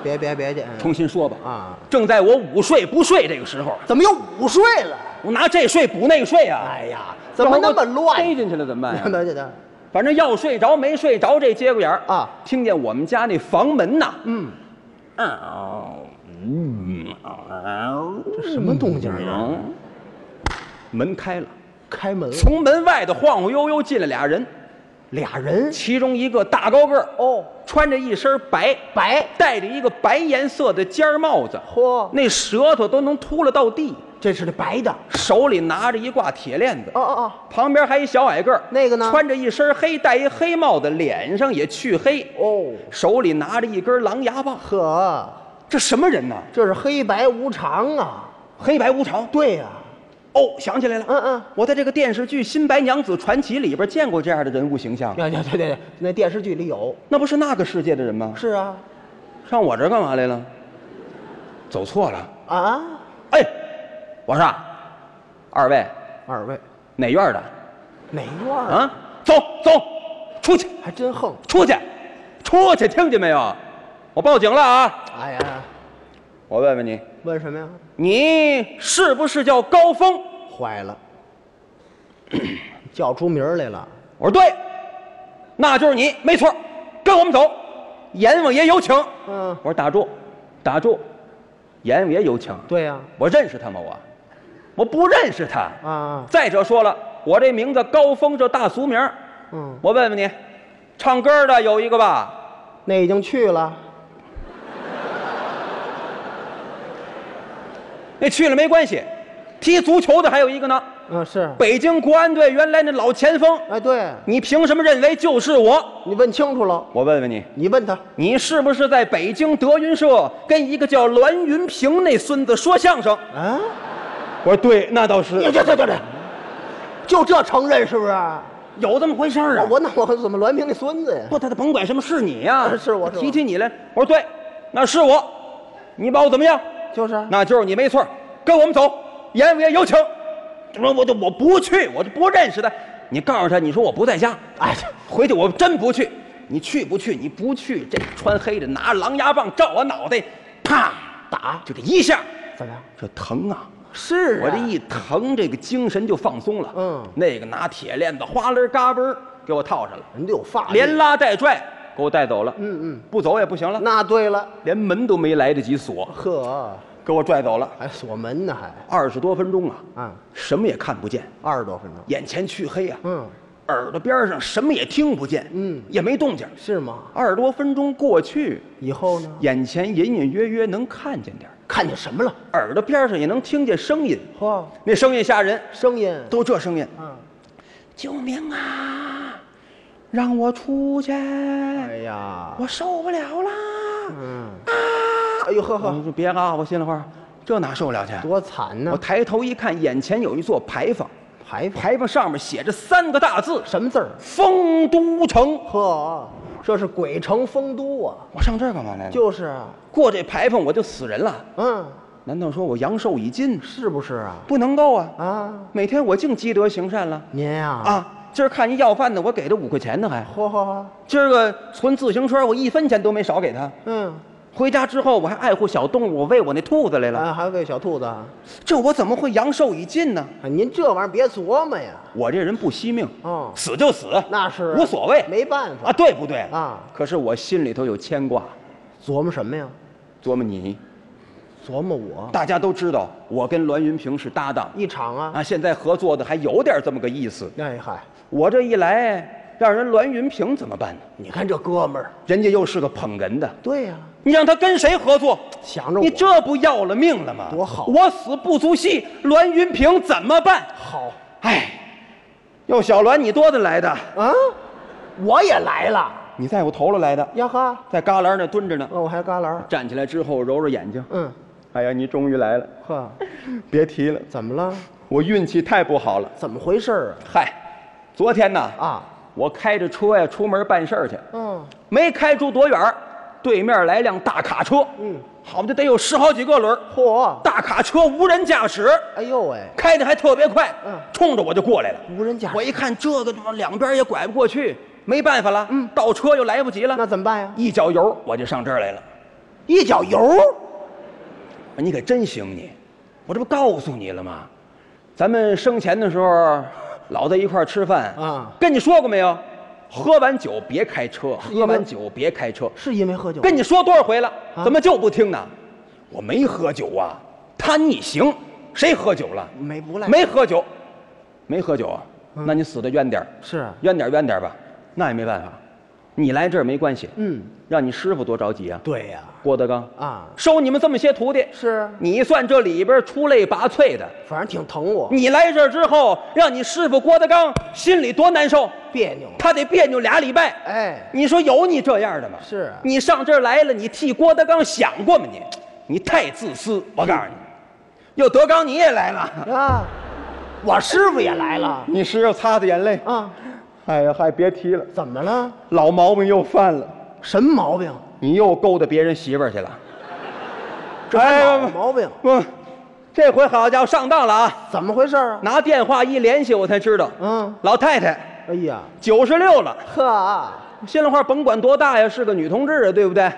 Speaker 3: 别别别去。
Speaker 2: 重新说吧。
Speaker 3: 啊，
Speaker 2: 正在我午睡不睡这个时候，
Speaker 3: 怎么又午睡了？
Speaker 2: 我拿这睡补那个睡啊，
Speaker 3: 哎呀，怎么那么乱？
Speaker 2: 塞进去了怎么
Speaker 3: <laughs>
Speaker 2: <laughs> 办、
Speaker 3: 没没没，
Speaker 2: 反正要睡着没睡着这节骨眼儿
Speaker 3: 啊
Speaker 2: 听见我们家那房门呐，
Speaker 3: 嗯，
Speaker 2: 嗯嗯嗯
Speaker 3: 这什么动静啊？
Speaker 2: 嗯，门开了，
Speaker 3: 开门了，
Speaker 2: 从门外头晃晃悠悠进来俩人，
Speaker 3: 俩人
Speaker 2: 其中一个大高个儿，
Speaker 3: 哦，
Speaker 2: 穿着一身白，
Speaker 3: 白，
Speaker 2: 戴着一个白颜色的尖儿帽子，
Speaker 3: 嚯，
Speaker 2: 那舌头都能秃了到地，
Speaker 3: 这是那白的，
Speaker 2: 手里拿着一挂铁链子
Speaker 3: 哦，哦哦，
Speaker 2: 旁边还一小矮个儿，
Speaker 3: 那个呢
Speaker 2: 穿着一身黑，戴一黑帽子，脸上也黢黑，
Speaker 3: 哦，
Speaker 2: 手里拿着一根狼牙棒，
Speaker 3: 呵，
Speaker 2: 这什么人呐？
Speaker 3: 这是黑白无常啊！
Speaker 2: 黑白无常。
Speaker 3: 对呀、
Speaker 2: 哦，想起来了，
Speaker 3: 嗯嗯，
Speaker 2: 我在这个电视剧《新白娘子传奇》里边见过这样的人物形象，
Speaker 3: 对对对对，那电视剧里有。
Speaker 2: 那不是那个世界的人吗？
Speaker 3: 是啊，
Speaker 2: 上我这儿干嘛来了？走错了。
Speaker 3: 啊，
Speaker 2: 哎，我说啊，二位
Speaker 3: 二位
Speaker 2: 哪院的
Speaker 3: 哪院儿？
Speaker 2: 啊？走走，出去，
Speaker 3: 还真横。
Speaker 2: 出去，出去，听见没有？我报警了啊！
Speaker 3: 哎呀，
Speaker 2: 我问问你，
Speaker 3: 问什么呀？
Speaker 2: 你是不是叫高峰？
Speaker 3: 坏了，叫出名儿来了。
Speaker 2: 我说对，那就是你，没错，跟我们走，阎王爷有请。
Speaker 3: 嗯
Speaker 2: 我说打住，打住，阎王爷有请。
Speaker 3: 对呀、
Speaker 2: 我认识他吗？我，我不认识他。
Speaker 3: 啊，啊，
Speaker 2: 再者说了，我这名字高峰，这大俗名儿。
Speaker 3: 嗯，
Speaker 2: 我问问你，唱歌的有一个吧？
Speaker 3: 那已经去了。
Speaker 2: 那去了没关系。踢足球的还有一个呢，
Speaker 3: 嗯，是，
Speaker 2: 北京国安队原来那老前锋，
Speaker 3: 哎，对，
Speaker 2: 你凭什么认为就是我？
Speaker 3: 你问清楚了，
Speaker 2: 我问问你，
Speaker 3: 你问他，
Speaker 2: 你是不是在北京德云社跟一个叫栾云平那孙子说相声？
Speaker 3: 啊，
Speaker 2: 我说对，那倒
Speaker 3: 你
Speaker 2: 是
Speaker 3: 这这这这，就这承认是不是？啊
Speaker 2: 有这么回事儿啊
Speaker 3: 我。我那我怎么栾平的孙子呀？
Speaker 2: 不，他他甭管什么是你呀、
Speaker 3: 啊是我是我
Speaker 2: 提起你来，我说对，那是我，你把我怎么样？
Speaker 3: <laughs> 就是啊，
Speaker 2: 那就是你没错儿，跟我们走，阎王爷有请。我我就我不去，我就不认识他。你告诉他，你说我不在家，
Speaker 3: 哎，
Speaker 2: 回去我真不去。你去不去？你不去，这穿黑的拿狼牙棒照我脑袋，啪打，就这一下，
Speaker 3: 怎么样？
Speaker 2: 这疼啊！
Speaker 3: 是啊，
Speaker 2: 我这一疼，这个精神就放松了。
Speaker 3: 嗯
Speaker 2: 那个拿铁链子哗啦嘎嘣儿给我套上了，
Speaker 3: 人家有法力，
Speaker 2: 连拉带拽给我带走了。
Speaker 3: 嗯嗯，
Speaker 2: 不走也不行了，
Speaker 3: 那对了，
Speaker 2: 连门都没来得及锁，
Speaker 3: 呵，
Speaker 2: 给我拽走了。
Speaker 3: 还锁门呢还，
Speaker 2: 二十多分钟啊，
Speaker 3: 啊，
Speaker 2: 什么也看不见，
Speaker 3: 二十多分钟，
Speaker 2: 眼前黢黑啊，
Speaker 3: 嗯，
Speaker 2: 耳朵边上什么也听不见，
Speaker 3: 嗯
Speaker 2: 也没动静。
Speaker 3: 是吗？
Speaker 2: 二十多分钟过去，
Speaker 3: 以后呢？
Speaker 2: 眼前隐隐约约能看见点儿，
Speaker 3: 看见什么了？
Speaker 2: 耳朵边上也能听见声音，
Speaker 3: 嚯，
Speaker 2: 那声音吓人，
Speaker 3: 声音，
Speaker 2: 都这声音，
Speaker 3: 嗯，
Speaker 2: 救命啊！让我出去，
Speaker 3: 哎呀，
Speaker 2: 我受不了啦！
Speaker 3: 嗯，哎呦呵
Speaker 2: 我
Speaker 3: 呵，
Speaker 2: 说别啊，我心里话，这哪受得了去？啊
Speaker 3: 多惨呐
Speaker 2: 我！抬头一看，眼前有一座牌坊，
Speaker 3: 排排
Speaker 2: 牌坊上面写着三个大字
Speaker 3: 什么字儿
Speaker 2: “丰都城”。
Speaker 3: 呵，这是鬼城丰都啊！
Speaker 2: 我上这儿干嘛来了？
Speaker 3: 就是啊，
Speaker 2: 过这牌坊我就死人了？
Speaker 3: 嗯，
Speaker 2: 难道说我阳寿已尽？
Speaker 3: 是不是啊？
Speaker 2: 不能够啊！
Speaker 3: 啊，
Speaker 2: 每天我净积德行善了
Speaker 3: 您呀，，
Speaker 2: 啊！今儿看一要饭的，我给他五块钱呢，还
Speaker 3: 嚯嚯嚯，
Speaker 2: 今儿个存自行车，我一分钱都没少给他。
Speaker 3: 嗯，
Speaker 2: 回家之后，我还爱护小动物，我喂我那兔子来了。
Speaker 3: 啊，还喂小兔子啊？
Speaker 2: 这我怎么会阳寿已尽呢？
Speaker 3: 啊您这玩意儿别琢磨呀，
Speaker 2: 我这人不惜命，
Speaker 3: 哦，
Speaker 2: 死就死，
Speaker 3: 那是啊
Speaker 2: 无所谓
Speaker 3: 没办
Speaker 2: 啊，
Speaker 3: 法，
Speaker 2: 对不对
Speaker 3: 啊？
Speaker 2: 可是我心里头有牵挂，
Speaker 3: 琢磨什么呀？
Speaker 2: 琢磨你。
Speaker 3: 琢磨我
Speaker 2: 大家都知道，我跟栾云平是搭档
Speaker 3: 一场啊，
Speaker 2: 啊，现在合作的还有点这么个意思。
Speaker 3: 哎嗨，
Speaker 2: 我这一来，让人栾云平怎么办呢？
Speaker 3: 你看这哥们儿，
Speaker 2: 人家又是个捧哏的，
Speaker 3: 对呀，
Speaker 2: 你让他跟谁合作？
Speaker 3: 想着我
Speaker 2: 你这不要了命了吗？
Speaker 3: 多好
Speaker 2: 我死不足惜，栾云平怎么办？
Speaker 3: 好
Speaker 2: 哎，要小栾你多的来的，
Speaker 3: 啊，我也来了
Speaker 2: 你在我头了来的，
Speaker 3: 呀哈，
Speaker 2: 在旮旯那蹲着呢。
Speaker 3: 哦，我还旮旯儿，
Speaker 2: 站起来之后揉揉眼睛，
Speaker 3: 嗯，
Speaker 2: 哎呀，你终于来了，
Speaker 3: 呵，
Speaker 2: 别提了，
Speaker 3: 怎么了？
Speaker 2: 我运气太不好了。
Speaker 3: 怎么回事儿
Speaker 2: 嗨，昨天呢，
Speaker 3: 啊？啊，
Speaker 2: 我开着车呀出门办事儿去，
Speaker 3: 嗯，
Speaker 2: 没开出多远儿，对面来辆大卡车，
Speaker 3: 嗯，
Speaker 2: 好嘛，这得有十好几个轮儿，
Speaker 3: 嚯，
Speaker 2: 大卡车无人驾驶，
Speaker 3: 哎呦喂，
Speaker 2: 开的还特别快，
Speaker 3: 嗯
Speaker 2: 冲着我就过来了。
Speaker 3: 无人驾
Speaker 2: 我
Speaker 3: 驶，
Speaker 2: 一看这个他妈两边也拐不过去，没办法了，嗯，倒车又来不及了，
Speaker 3: 那怎么办呀？
Speaker 2: 一脚油我就上这儿来了。
Speaker 3: 一脚油，
Speaker 2: 你可真行你！我这不告诉你了吗？咱们生前的时候老在一块儿吃饭
Speaker 3: 啊
Speaker 2: 跟你说过没有？喝完酒别开车，
Speaker 3: 因为
Speaker 2: 喝完酒别开车。
Speaker 3: 是因为喝酒？
Speaker 2: 跟你说多少回了，
Speaker 3: 啊
Speaker 2: 怎么就不听呢？我没喝酒啊，贪你行，谁喝酒了？
Speaker 3: 没不赖，嗯
Speaker 2: 没喝酒，没喝酒啊？那你死的冤点儿，
Speaker 3: 是，啊
Speaker 2: 冤点儿冤点儿吧？那也没办法，你来这儿没关系，
Speaker 3: 嗯，
Speaker 2: 让你师傅多着急啊。
Speaker 3: 对呀，
Speaker 2: 郭德纲，
Speaker 3: 啊，
Speaker 2: 收你们这么些徒弟，
Speaker 3: 是，
Speaker 2: 你算这里边出类拔萃的。
Speaker 3: 反正挺疼我，
Speaker 2: 你来这儿之后，让你师傅郭德纲心里多难受，
Speaker 3: 别扭了，
Speaker 2: 他得别扭俩礼拜。
Speaker 3: 哎，
Speaker 2: 你说有你这样的吗？
Speaker 3: 是啊
Speaker 2: 你上这儿来了，你替郭德纲想过吗？你，你太自私。我告诉你，哟，德纲你也来了，
Speaker 3: 啊，我师傅也来了，
Speaker 2: <laughs> 你师傅擦擦眼泪。
Speaker 3: 啊，
Speaker 2: 哎呀，还别提了，
Speaker 3: 怎么了？
Speaker 2: 老毛病又犯了，
Speaker 3: 什么毛病？
Speaker 2: 你又勾搭别人媳妇儿去 <laughs> 了。
Speaker 3: 这
Speaker 2: 哎
Speaker 3: 还
Speaker 2: 呀
Speaker 3: 老毛病，
Speaker 2: 不，这回好家伙上当了啊！
Speaker 3: 怎么回事儿啊？
Speaker 2: 拿电话一联系，我才知道，
Speaker 3: 嗯
Speaker 2: 老太太
Speaker 3: 哎呀，
Speaker 2: 九十六了，
Speaker 3: 呵，
Speaker 2: 心里话甭管多大呀，是个女同志啊，对不对？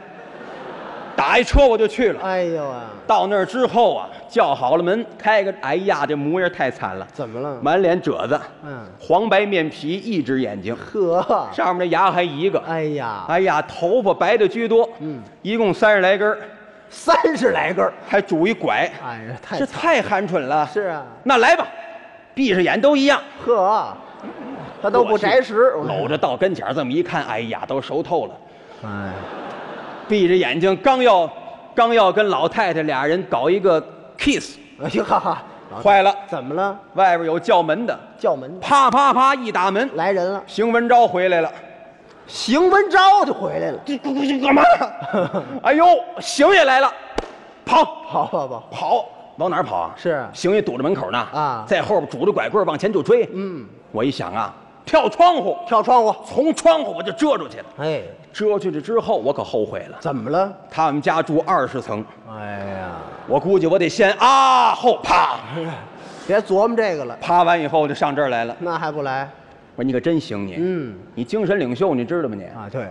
Speaker 2: 打一车我就去了。
Speaker 3: 哎呦啊，
Speaker 2: 到那儿之后啊，叫好了门，开个，哎呀，这模样太惨了，
Speaker 3: 怎么了？
Speaker 2: 满脸褶子，
Speaker 3: 嗯
Speaker 2: 黄白面皮，一只眼睛，
Speaker 3: 呵，
Speaker 2: 上面的牙还一个，
Speaker 3: 哎呀，
Speaker 2: 哎呀，头发白的居多，嗯，一共三十来根儿，
Speaker 3: 三十来根儿，
Speaker 2: 还拄一拐，
Speaker 3: 哎呀，太
Speaker 2: 这太寒碜了。
Speaker 3: 是啊，
Speaker 2: 那来吧，闭上眼都一样。
Speaker 3: 呵，他都不摘食，我
Speaker 2: 搂着到跟前儿这么一看，哎呀，都熟透了。
Speaker 3: 哎，
Speaker 2: 闭着眼睛，刚要刚要跟老太太俩人搞一个 kiss，
Speaker 3: 哎呦哈哈，老
Speaker 2: 坏了，
Speaker 3: 怎么了？
Speaker 2: 外边有叫门的，
Speaker 3: 叫门
Speaker 2: 啪啪啪一打门，
Speaker 3: 来人了，
Speaker 2: 邢文昭回来了。
Speaker 3: 邢文昭就回来了。
Speaker 2: 这这这干嘛呀？ <laughs> 哎呦，邢爷来了，跑
Speaker 3: 好吧吧，
Speaker 2: 跑，往哪儿跑啊？
Speaker 3: 是啊
Speaker 2: 邢爷堵着门口呢。
Speaker 3: 啊
Speaker 2: 在后边拄着拐棍儿往前就追。嗯，我一想啊，跳窗户，
Speaker 3: 跳窗户。
Speaker 2: 从窗户我就遮出去了。
Speaker 3: 哎，
Speaker 2: 遮出去之后，我可后悔了。
Speaker 3: 怎么了？
Speaker 2: 他们家住二十层，
Speaker 3: 哎呀，
Speaker 2: 我估计我得先啊后啪，
Speaker 3: 别琢磨这个了，
Speaker 2: 啪完以后就上这儿来了。
Speaker 3: 那还不来？
Speaker 2: 我说你可真行你，
Speaker 3: 嗯，
Speaker 2: 你精神领袖，你知道吗你？
Speaker 3: 啊，对，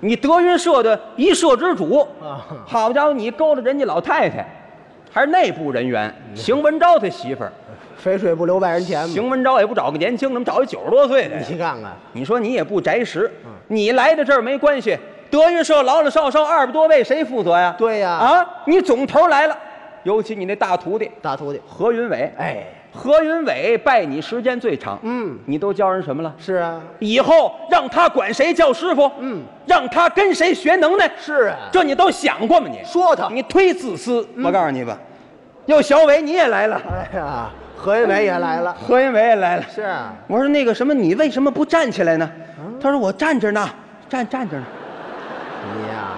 Speaker 2: 你德云社的一社之主
Speaker 3: 啊，
Speaker 2: 好家伙，你勾搭人家老太太，还是内部人员，邢文昭他媳妇儿。
Speaker 3: 肥水不流外人田嘛。
Speaker 2: 邢文昭也不找个年轻的，怎么找一九十多岁的呀？
Speaker 3: 你看看，
Speaker 2: 你说你也不宅实，你来到这儿没关系，德云社老老少少二百多位，谁负责呀？
Speaker 3: 对呀
Speaker 2: 啊，你总头来了，尤其你那大徒弟
Speaker 3: 大徒弟，
Speaker 2: 何云伟，
Speaker 3: 哎，
Speaker 2: 何云伟拜你时间最长，
Speaker 3: 嗯
Speaker 2: 你都教人什么了？
Speaker 3: 是啊，
Speaker 2: 以后让他管谁叫师傅，
Speaker 3: 嗯，
Speaker 2: 让他跟谁学能耐，
Speaker 3: 是啊
Speaker 2: 这你都想过吗你？
Speaker 3: 说嗯他
Speaker 2: 你忒自私，我告诉你吧，哟，小伟你也来了，
Speaker 3: 哎呀，何云伟也来了，
Speaker 2: 何云伟也来了，
Speaker 3: 是啊，
Speaker 2: 我说那个什么，你为什么不站起来呢？他说我站着呢，站站着呢，
Speaker 3: 你呀，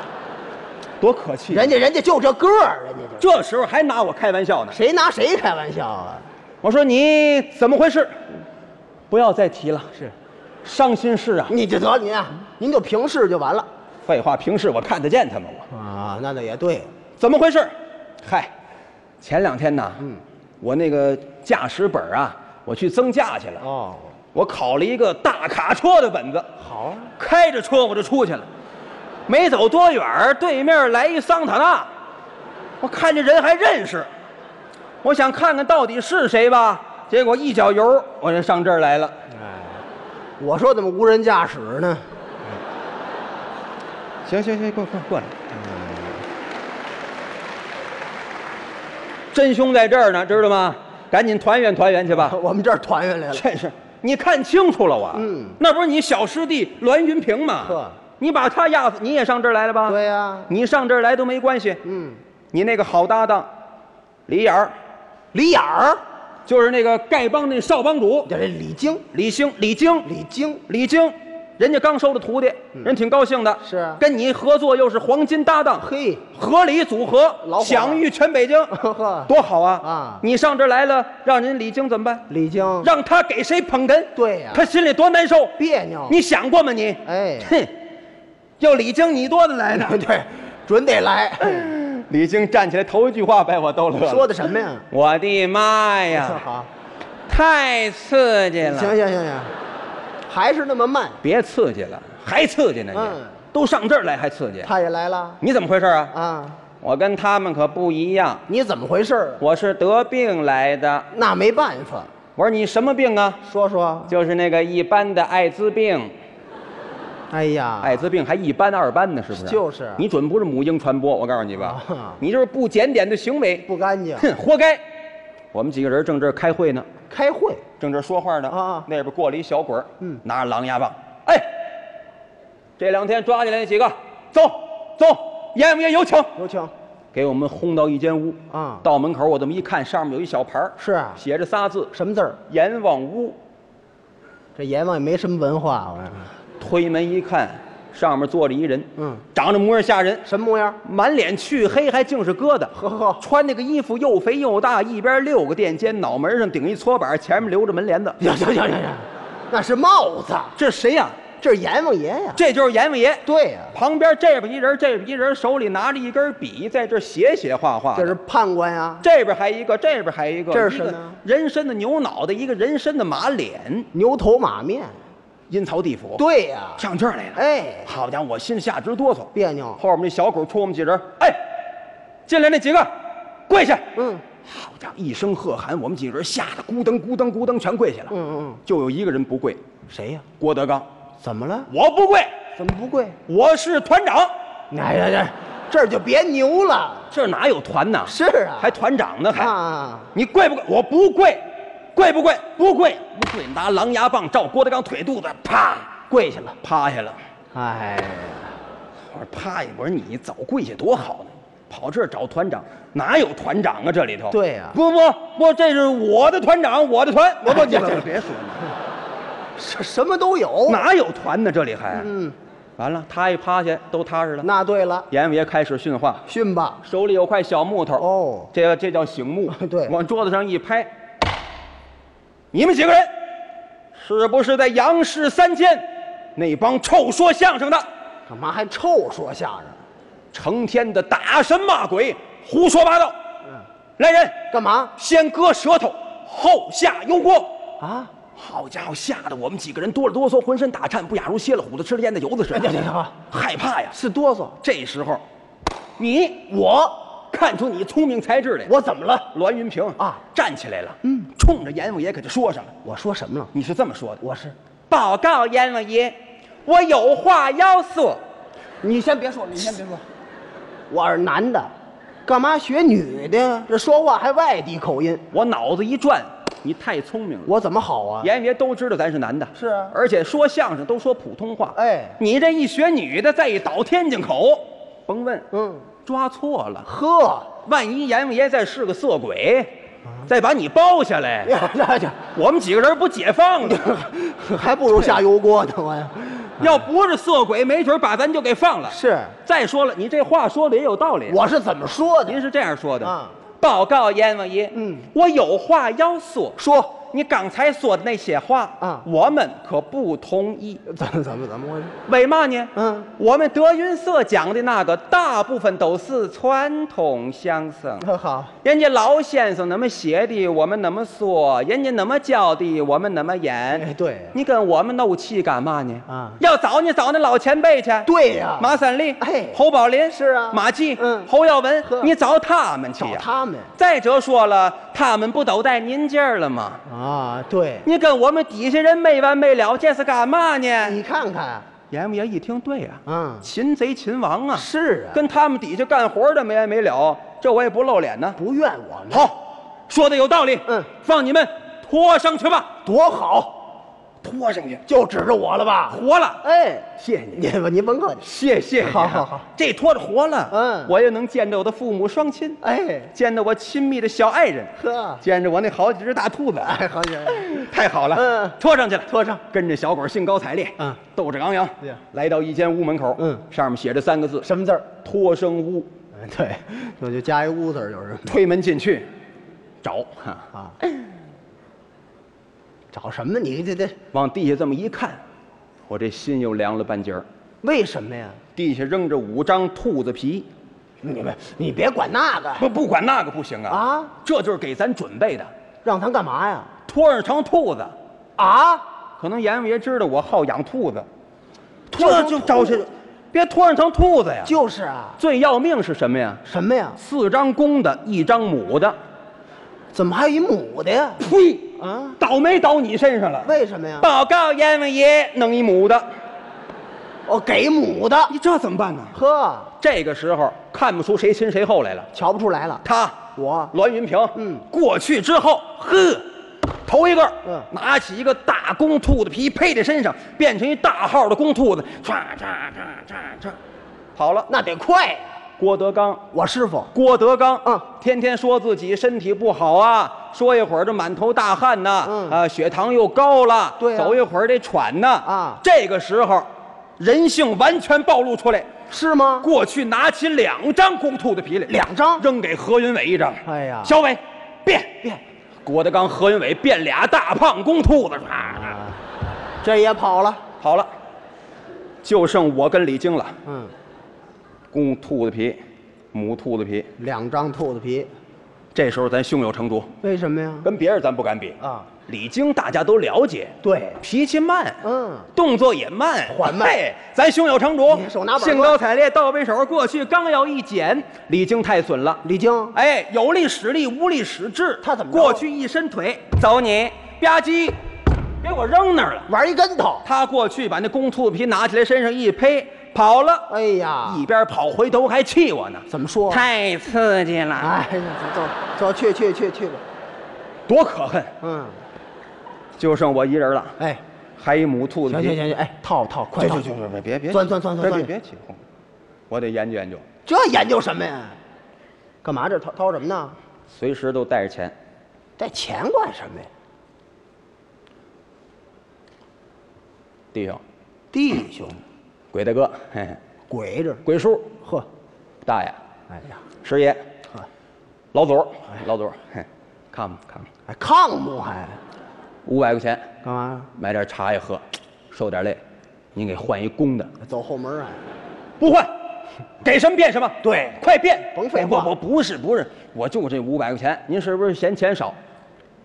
Speaker 2: 多可气！啊
Speaker 3: 人家人家就这个儿，人家就
Speaker 2: 这时候还拿我开玩笑呢。
Speaker 3: 谁拿谁开玩笑啊？
Speaker 2: 我说你怎么回事？不要再提了，
Speaker 3: 是，
Speaker 2: 伤心事啊！
Speaker 3: 你就得您啊，您就平视就完了
Speaker 2: 废话，平时我看得见他们，我
Speaker 3: 啊，那倒也对，
Speaker 2: 怎么回事？嗯嗨，前两天呐，我那个驾驶本啊，我去增驾去了，
Speaker 3: 哦，
Speaker 2: 我考了一个大卡车的本子，
Speaker 3: 好，
Speaker 2: 开着车我就出去了，没走多远儿，对面来一桑塔纳，我看这人还认识，我想看看到底是谁吧，结果一脚油，我就上这儿来了。
Speaker 3: 我说怎么无人驾驶呢？
Speaker 2: 行行行，过过过来。真凶在这儿呢，知道吗？赶紧团圆团圆去吧。
Speaker 3: 我们这儿团圆来了，
Speaker 2: 真是，你看清楚了我。
Speaker 3: 嗯
Speaker 2: 那不是你小师弟栾云平吗？
Speaker 3: 呵
Speaker 2: 你把他压死，你也上这儿来了吧？
Speaker 3: 对呀、
Speaker 2: 你上这儿来都没关系。
Speaker 3: 嗯，
Speaker 2: 你那个好搭档，李眼儿，
Speaker 3: 李眼儿，
Speaker 2: 就是那个丐帮那少帮主
Speaker 3: 这李菁，
Speaker 2: 李兴、李菁、
Speaker 3: 李菁，
Speaker 2: 李菁，人家刚收的徒弟，人挺高兴的。
Speaker 3: 是啊
Speaker 2: 跟你合作又是黄金搭档，
Speaker 3: 嘿，
Speaker 2: 合理组合
Speaker 3: 老，伙
Speaker 2: 享誉全北京，
Speaker 3: 呵呵
Speaker 2: 多好啊！
Speaker 3: 啊
Speaker 2: 你上这儿来了，让人李菁怎么办？
Speaker 3: 李菁，
Speaker 2: 让他给谁捧哏？
Speaker 3: 对呀
Speaker 2: 他心里多难受。
Speaker 3: 别扭，
Speaker 2: 你想过吗你？
Speaker 3: 哎 <laughs>
Speaker 2: 哼，要李菁你多的来呢。
Speaker 3: 对，准得来，
Speaker 2: <laughs> 李菁站起来头一句话把我逗乐了，
Speaker 3: 说的什么呀？
Speaker 2: 我的妈哎呀，嗯
Speaker 3: 好，
Speaker 2: 太刺激
Speaker 3: 行行
Speaker 2: 了！
Speaker 3: 行行，还是那么慢，
Speaker 2: 别刺激了，还刺激呢你
Speaker 3: 嗯？
Speaker 2: 都上这儿来还刺激？
Speaker 3: 他也来了
Speaker 2: 你怎么回事啊？
Speaker 3: 啊？
Speaker 2: 我跟他们可不一样，
Speaker 3: 你怎么回事儿？啊
Speaker 2: 我是得病来的。
Speaker 3: 那没办法，
Speaker 2: 我说你什么病啊？
Speaker 3: 说说。
Speaker 2: 就是那个一般的艾滋病，
Speaker 3: 哎呀，
Speaker 2: 艾滋病还一般二般呢，啊是不是？
Speaker 3: 就是
Speaker 2: 你准不是母婴传播，我告诉你吧
Speaker 3: 啊，
Speaker 2: 你就是不检点的行为，
Speaker 3: 不干净，
Speaker 2: 哼，活该。我们几个人正这儿开会呢，
Speaker 3: <laughs> 开会
Speaker 2: 正这儿说话呢，
Speaker 3: 啊
Speaker 2: 那边过来一小鬼儿，
Speaker 3: 嗯
Speaker 2: 拿着狼牙棒，哎，这两天抓起来那几个，走走，烟不烟有请，
Speaker 3: 有请
Speaker 2: 给我们轰到一间屋
Speaker 3: 啊
Speaker 2: 到门口我这么一看，上面有一小牌儿
Speaker 3: 是啊
Speaker 2: 写着仨字
Speaker 3: 什么字儿？
Speaker 2: “阎王屋
Speaker 3: 这阎王也没什么文化，我啊看”。
Speaker 2: 推门一看，上面坐着一人，
Speaker 3: 嗯，
Speaker 2: 长着模样吓人，
Speaker 3: 什么模样？
Speaker 2: 满脸黢黑，还净是疙瘩。
Speaker 3: 呵呵，
Speaker 2: 穿那个衣服又肥又大，一边六个垫肩，脑门上顶一搓板，前面留着门帘子。
Speaker 3: <laughs> 行行行行行，那是帽子，
Speaker 2: 这是谁呀、
Speaker 3: 这是阎王爷呀。
Speaker 2: 这就是阎王爷。
Speaker 3: 对呀，
Speaker 2: 旁边这边一人，这边一人，手里拿着一根笔，在这写写画画的。
Speaker 3: 这是判官呀，
Speaker 2: 这边还一个，这边还一个，
Speaker 3: 这是
Speaker 2: 一个
Speaker 3: 什么呀
Speaker 2: 人参的牛脑袋，一个人参的马脸，
Speaker 3: 牛头马面。
Speaker 2: 阴曹地府。，
Speaker 3: 对呀，
Speaker 2: 上这儿来了。
Speaker 3: 哎，
Speaker 2: 好家伙，我心下直哆嗦。
Speaker 3: 别扭。
Speaker 2: 后面那小狗冲我们几人，哎，进来那几个，跪下。
Speaker 3: 嗯
Speaker 2: 好家伙，一声喝喊，我们几个人吓得咕噔咕噔咕噔全跪下了。
Speaker 3: 嗯
Speaker 2: 就有一个人不跪，
Speaker 3: 嗯，谁呀？
Speaker 2: 郭德纲，
Speaker 3: 怎么了？
Speaker 2: 我不跪，
Speaker 3: 怎么不跪？
Speaker 2: 我是团长。
Speaker 3: 哎呀呀，这儿就别牛了。
Speaker 2: 这哪有团呐？
Speaker 3: 是啊，
Speaker 2: 还团长呢还？
Speaker 3: 啊，
Speaker 2: 你跪不跪？我不跪，跪不跪？不跪，不跪！拿狼牙棒照郭德纲腿肚子，啪，
Speaker 3: 跪下了。
Speaker 2: 趴下了。
Speaker 3: 哎呀，
Speaker 2: 我说趴下，我说你早跪下多好呢。跑这儿找团长，哪有团长啊？这里头。
Speaker 3: 对呀
Speaker 2: 不不不，这是我的团长，我的团，我不，
Speaker 3: 哎呀
Speaker 2: 这别说了，
Speaker 3: 什什么都有。
Speaker 2: 哪有团呢？这里还。啊
Speaker 3: 嗯，
Speaker 2: 完了，他一趴下都踏实了。
Speaker 3: 那对了，
Speaker 2: 阎王爷开始训话，
Speaker 3: 训吧。
Speaker 2: 手里有块小木头，
Speaker 3: 哦，
Speaker 2: 这个这叫醒木
Speaker 3: <laughs> 对
Speaker 2: 往桌子上一拍，你们几个人是不是在杨氏三间那帮臭说相声的，
Speaker 3: 干嘛还臭说相声？
Speaker 2: 成天的打神骂鬼、胡说八道？
Speaker 3: 嗯
Speaker 2: 来人，
Speaker 3: 干嘛
Speaker 2: 先割舌头，后下油锅。
Speaker 3: 啊？
Speaker 2: 好家伙，吓得我们几个人哆里哆嗦，浑身打颤，不亚如蝎了虎子吃了烟的油子似的。
Speaker 3: 哎呀呀呀
Speaker 2: 害怕呀！
Speaker 3: 是哆嗦。
Speaker 2: 这时候，你我看出你聪明才智来。
Speaker 3: 我怎么了？
Speaker 2: 栾云平
Speaker 3: 啊
Speaker 2: 站起来了，嗯，冲着阎王爷可就说上了。
Speaker 3: 我说什么了？
Speaker 2: 你是这么说的？
Speaker 3: 我是，
Speaker 2: 报告阎王爷，我有话要说。
Speaker 3: 你先别说，你先别说。我是男的，干嘛学女的？这说话还外地口音，
Speaker 2: 我脑子一转，你太聪明了。
Speaker 3: 我怎么好啊？
Speaker 2: 阎王爷都知道咱是男的，
Speaker 3: 是啊
Speaker 2: 而且说相声都说普通话。
Speaker 3: 哎
Speaker 2: 你这一学女的，再一倒天津口，甭问，
Speaker 3: 嗯，
Speaker 2: 抓错了。
Speaker 3: 呵， <laughs>
Speaker 2: 万一阎王爷再是个色鬼，再把你包下来，
Speaker 3: 啊呀呀呀，
Speaker 2: 我们几个人不解放
Speaker 3: <laughs>
Speaker 2: 了？
Speaker 3: 还不如下油锅呢，我呀。
Speaker 2: 要不是色鬼，没准把咱就给放了。
Speaker 3: 是，
Speaker 2: 再说了，你这话说的也有道理。
Speaker 3: 我是怎么说的？
Speaker 2: 您是这样说的
Speaker 3: 啊
Speaker 2: 报告阎王爷，
Speaker 3: 嗯
Speaker 2: 我有话要说。
Speaker 3: 说
Speaker 2: 你刚才说的那些话
Speaker 3: 啊
Speaker 2: 我们可不同意。
Speaker 3: 怎么怎么怎么回事？
Speaker 2: 为嘛呢？
Speaker 3: 嗯，
Speaker 2: 我们德云社讲的那个大部分都是传统相声。
Speaker 3: 呵好，
Speaker 2: 人家老先生那么写的，我们那么说；人家那么教的，我们那么演。
Speaker 3: 哎对
Speaker 2: 你跟我们怄气干嘛呢？
Speaker 3: 啊
Speaker 2: 要找你找那老前辈去。
Speaker 3: 对呀
Speaker 2: 马三立，
Speaker 3: 哎
Speaker 2: 侯宝林
Speaker 3: 是啊
Speaker 2: 马季，
Speaker 3: 嗯
Speaker 2: 侯耀文
Speaker 3: 呵，
Speaker 2: 你找他们去
Speaker 3: 找
Speaker 2: 呀。
Speaker 3: 他们
Speaker 2: 再者说了，他们不都带您劲儿了吗？
Speaker 3: 啊，对，
Speaker 2: 你跟我们底下人没完没了，这是干嘛呢？
Speaker 3: 你看看，
Speaker 2: 阎王爷一听，对呀、
Speaker 3: 啊，
Speaker 2: 擒贼擒王啊，
Speaker 3: 是啊，
Speaker 2: 跟他们底下干活的没完没了，这我也不露脸呢。
Speaker 3: 不怨我们，
Speaker 2: 好，说的有道理。
Speaker 3: 嗯，
Speaker 2: 放你们拖上去吧，
Speaker 3: 多好，
Speaker 2: 拖上去，
Speaker 3: 就指着我了吧？
Speaker 2: 活了。
Speaker 3: 哎，
Speaker 2: 谢谢你，
Speaker 3: 你吧，您甭客气。
Speaker 2: 谢谢你啊
Speaker 3: 好好好，
Speaker 2: 这拖着活了，
Speaker 3: 嗯
Speaker 2: 我又能见着我的父母双亲，
Speaker 3: 哎，
Speaker 2: 见着我亲密的小爱人，
Speaker 3: 呵，
Speaker 2: 见着我那好几只大兔子，
Speaker 3: 哎，好姐，
Speaker 2: <laughs> 太好了，
Speaker 3: 嗯
Speaker 2: 拖上去了，
Speaker 3: 拖上，
Speaker 2: 跟着小狗兴高采烈，
Speaker 3: 嗯，
Speaker 2: 斗志昂扬
Speaker 3: 对呀，
Speaker 2: 来到一间屋门口，
Speaker 3: 嗯
Speaker 2: 上面写着三个字
Speaker 3: 什么字儿？
Speaker 2: “托生屋
Speaker 3: 哎对，我就加一屋字儿就是”，
Speaker 2: 推门进去，找，哈，
Speaker 3: 啊。找什么呢？你这这
Speaker 2: 往地下这么一看，我这心又凉了半截儿。
Speaker 3: 为什么呀？
Speaker 2: 地下扔着五张兔子皮，
Speaker 3: 你们你别管那个，
Speaker 2: 不不管那个不行啊
Speaker 3: 啊！
Speaker 2: 这就是给咱准备的，
Speaker 3: 让他干嘛呀？
Speaker 2: 托上成兔子。
Speaker 3: 啊，
Speaker 2: 可能阎王爷知道我好养兔子，
Speaker 3: 托上
Speaker 2: 这就
Speaker 3: 兔
Speaker 2: 招谁？别托上成兔子呀！
Speaker 3: 就是啊，
Speaker 2: 最要命是什么呀？
Speaker 3: 什么呀？
Speaker 2: 四张公的，一张母的。
Speaker 3: 怎么还有一母的呀？
Speaker 2: 呸！
Speaker 3: 啊，
Speaker 2: 倒霉倒你身上了。
Speaker 3: 为什么呀？
Speaker 2: 报告阎王爷，弄一母的，
Speaker 3: 哦，给母的，
Speaker 2: 你这怎么办呢？
Speaker 3: 呵，
Speaker 2: 这个时候看不出谁亲谁后来了。
Speaker 3: 瞧不出来了，
Speaker 2: 他
Speaker 3: 我
Speaker 2: 栾云平，
Speaker 3: 嗯
Speaker 2: 过去之后，呵，头一个，
Speaker 3: 嗯
Speaker 2: 拿起一个大公兔子皮披在身上，变成一大号的公兔子，唰唰唰唰唰，跑了。
Speaker 3: 那得快呀。
Speaker 2: 郭德纲，
Speaker 3: 我师傅
Speaker 2: 郭德纲，
Speaker 3: 嗯
Speaker 2: 天天说自己身体不好啊，说一会儿这满头大汗呐，
Speaker 3: 嗯
Speaker 2: 啊，血糖又高了，
Speaker 3: 对啊
Speaker 2: 走一会儿这喘呐，
Speaker 3: 啊
Speaker 2: 这个时候，人性完全暴露出来。
Speaker 3: 是吗？
Speaker 2: 过去拿起两张公兔子皮来，
Speaker 3: 两张
Speaker 2: 扔给何云伟一张。
Speaker 3: 哎呀
Speaker 2: 小伟变变，郭德纲、何云伟变俩大胖公兔子，啊，
Speaker 3: 啊，这也跑了，
Speaker 2: 好了，就剩我跟李菁了。
Speaker 3: 嗯，
Speaker 2: 公兔子皮，母兔子皮，
Speaker 3: 两张兔子皮，
Speaker 2: 这时候咱胸有成竹，
Speaker 3: 为什么呀？
Speaker 2: 跟别人咱不敢比。
Speaker 3: 啊，
Speaker 2: 李菁大家都了解，
Speaker 3: 对，
Speaker 2: 脾气慢，
Speaker 3: 嗯，
Speaker 2: 动作也慢，
Speaker 3: 缓慢
Speaker 2: 嘿，咱胸有成竹
Speaker 3: 你，手拿板
Speaker 2: 兴高采烈，倒背手过去，刚要一剪，李菁太损了。
Speaker 3: 李菁，
Speaker 2: 哎，有力使力，无力使智。
Speaker 3: 他怎么着
Speaker 2: 过去一伸腿，走你吧唧，给我扔那儿了。
Speaker 3: 玩一跟头，
Speaker 2: 他过去把那公兔皮拿起来，身上一披，跑了，
Speaker 3: 哎呀，
Speaker 2: 一边跑回头还气我呢，
Speaker 3: 怎么说？啊
Speaker 2: 太刺激了，
Speaker 3: 哎呀，走走去去去去吧，
Speaker 2: 多可恨！
Speaker 3: 嗯，
Speaker 2: 就剩我一人了，
Speaker 3: 哎，
Speaker 2: 还一母兔子
Speaker 3: 行
Speaker 2: 皮。
Speaker 3: 行行行，哎，套套快套，
Speaker 2: 别别别别，
Speaker 3: 钻钻钻钻
Speaker 2: 别
Speaker 3: 钻
Speaker 2: 别起哄，我得研究研究。
Speaker 3: 这研究什么呀？干嘛这掏掏什么呢？
Speaker 2: 随时都带着钱。
Speaker 3: 带钱干什么呀？
Speaker 2: 弟兄，
Speaker 3: 弟兄，
Speaker 2: 鬼大哥，嘿嘿，
Speaker 3: 鬼着，
Speaker 2: 鬼叔，
Speaker 3: 呵，
Speaker 2: 大爷，
Speaker 3: 哎呀，
Speaker 2: 师爷，
Speaker 3: 呵，
Speaker 2: 老祖儿，老祖儿，嘿，看吧看吧，
Speaker 3: 还哎抗木还
Speaker 2: 五百块钱
Speaker 3: 干嘛？
Speaker 2: 买点茶叶喝，受点累，您给换一公的。
Speaker 3: 走后门啊？
Speaker 2: 不换，给什么变什么。
Speaker 3: 对
Speaker 2: 快变，哎
Speaker 3: 甭废话
Speaker 2: 不不不是不是，我就这五百块钱，您是不是嫌钱少？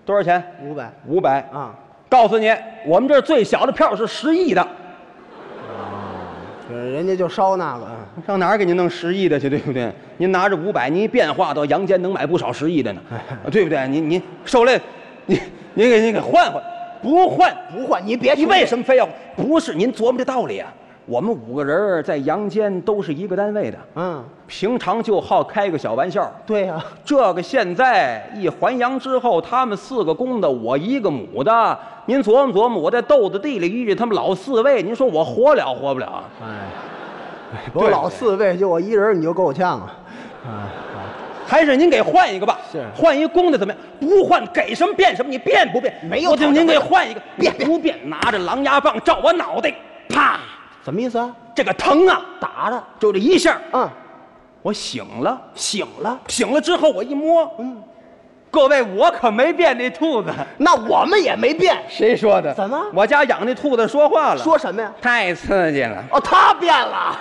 Speaker 2: 多少钱？
Speaker 3: 五百
Speaker 2: 五百
Speaker 3: 啊！
Speaker 2: 告诉你，我们这儿最小的票是十亿的，
Speaker 3: 呃人家就烧那个，嗯
Speaker 2: 上哪儿给您弄十亿的去，对不对？您拿着五百，您一变化到阳间能买不少十亿的呢，对不对？您您受累，您您给您给换换，不换
Speaker 3: 哎不换你别
Speaker 2: 你
Speaker 3: 去。
Speaker 2: 为什么非要？不是您琢磨这道理啊？我们五个人儿在阳间都是一个单位的，
Speaker 3: 嗯，
Speaker 2: 平常就好开个小玩笑，
Speaker 3: 对呀、
Speaker 2: 这个现在一还阳之后，他们四个公的，我一个母的。您琢磨琢磨，我在豆子地里遇见他们老四位，您说我活了活不了？啊
Speaker 3: 哎，我老四位就我一人，你就够呛啊！啊，
Speaker 2: 还是您给换一个吧，
Speaker 3: 是
Speaker 2: 换一公的怎么样？不换给什么变什么，你变不变？
Speaker 3: 没有
Speaker 2: 我就
Speaker 3: 讨论
Speaker 2: 您给换一个，
Speaker 3: 变
Speaker 2: 不变？拿着狼牙棒照我脑袋，啪！
Speaker 3: 什么意思啊？
Speaker 2: 这个疼啊，
Speaker 3: 打着，
Speaker 2: 就这一下，
Speaker 3: 嗯，
Speaker 2: 我醒了。
Speaker 3: 醒了。
Speaker 2: 醒了之后我一摸，嗯，各位我可没变那兔子。
Speaker 3: 那我们也没变，
Speaker 2: 谁说的？
Speaker 3: 怎么
Speaker 2: 我家养那兔子说话了。
Speaker 3: 说什么呀？
Speaker 2: 太刺激了！
Speaker 3: 哦，他变了。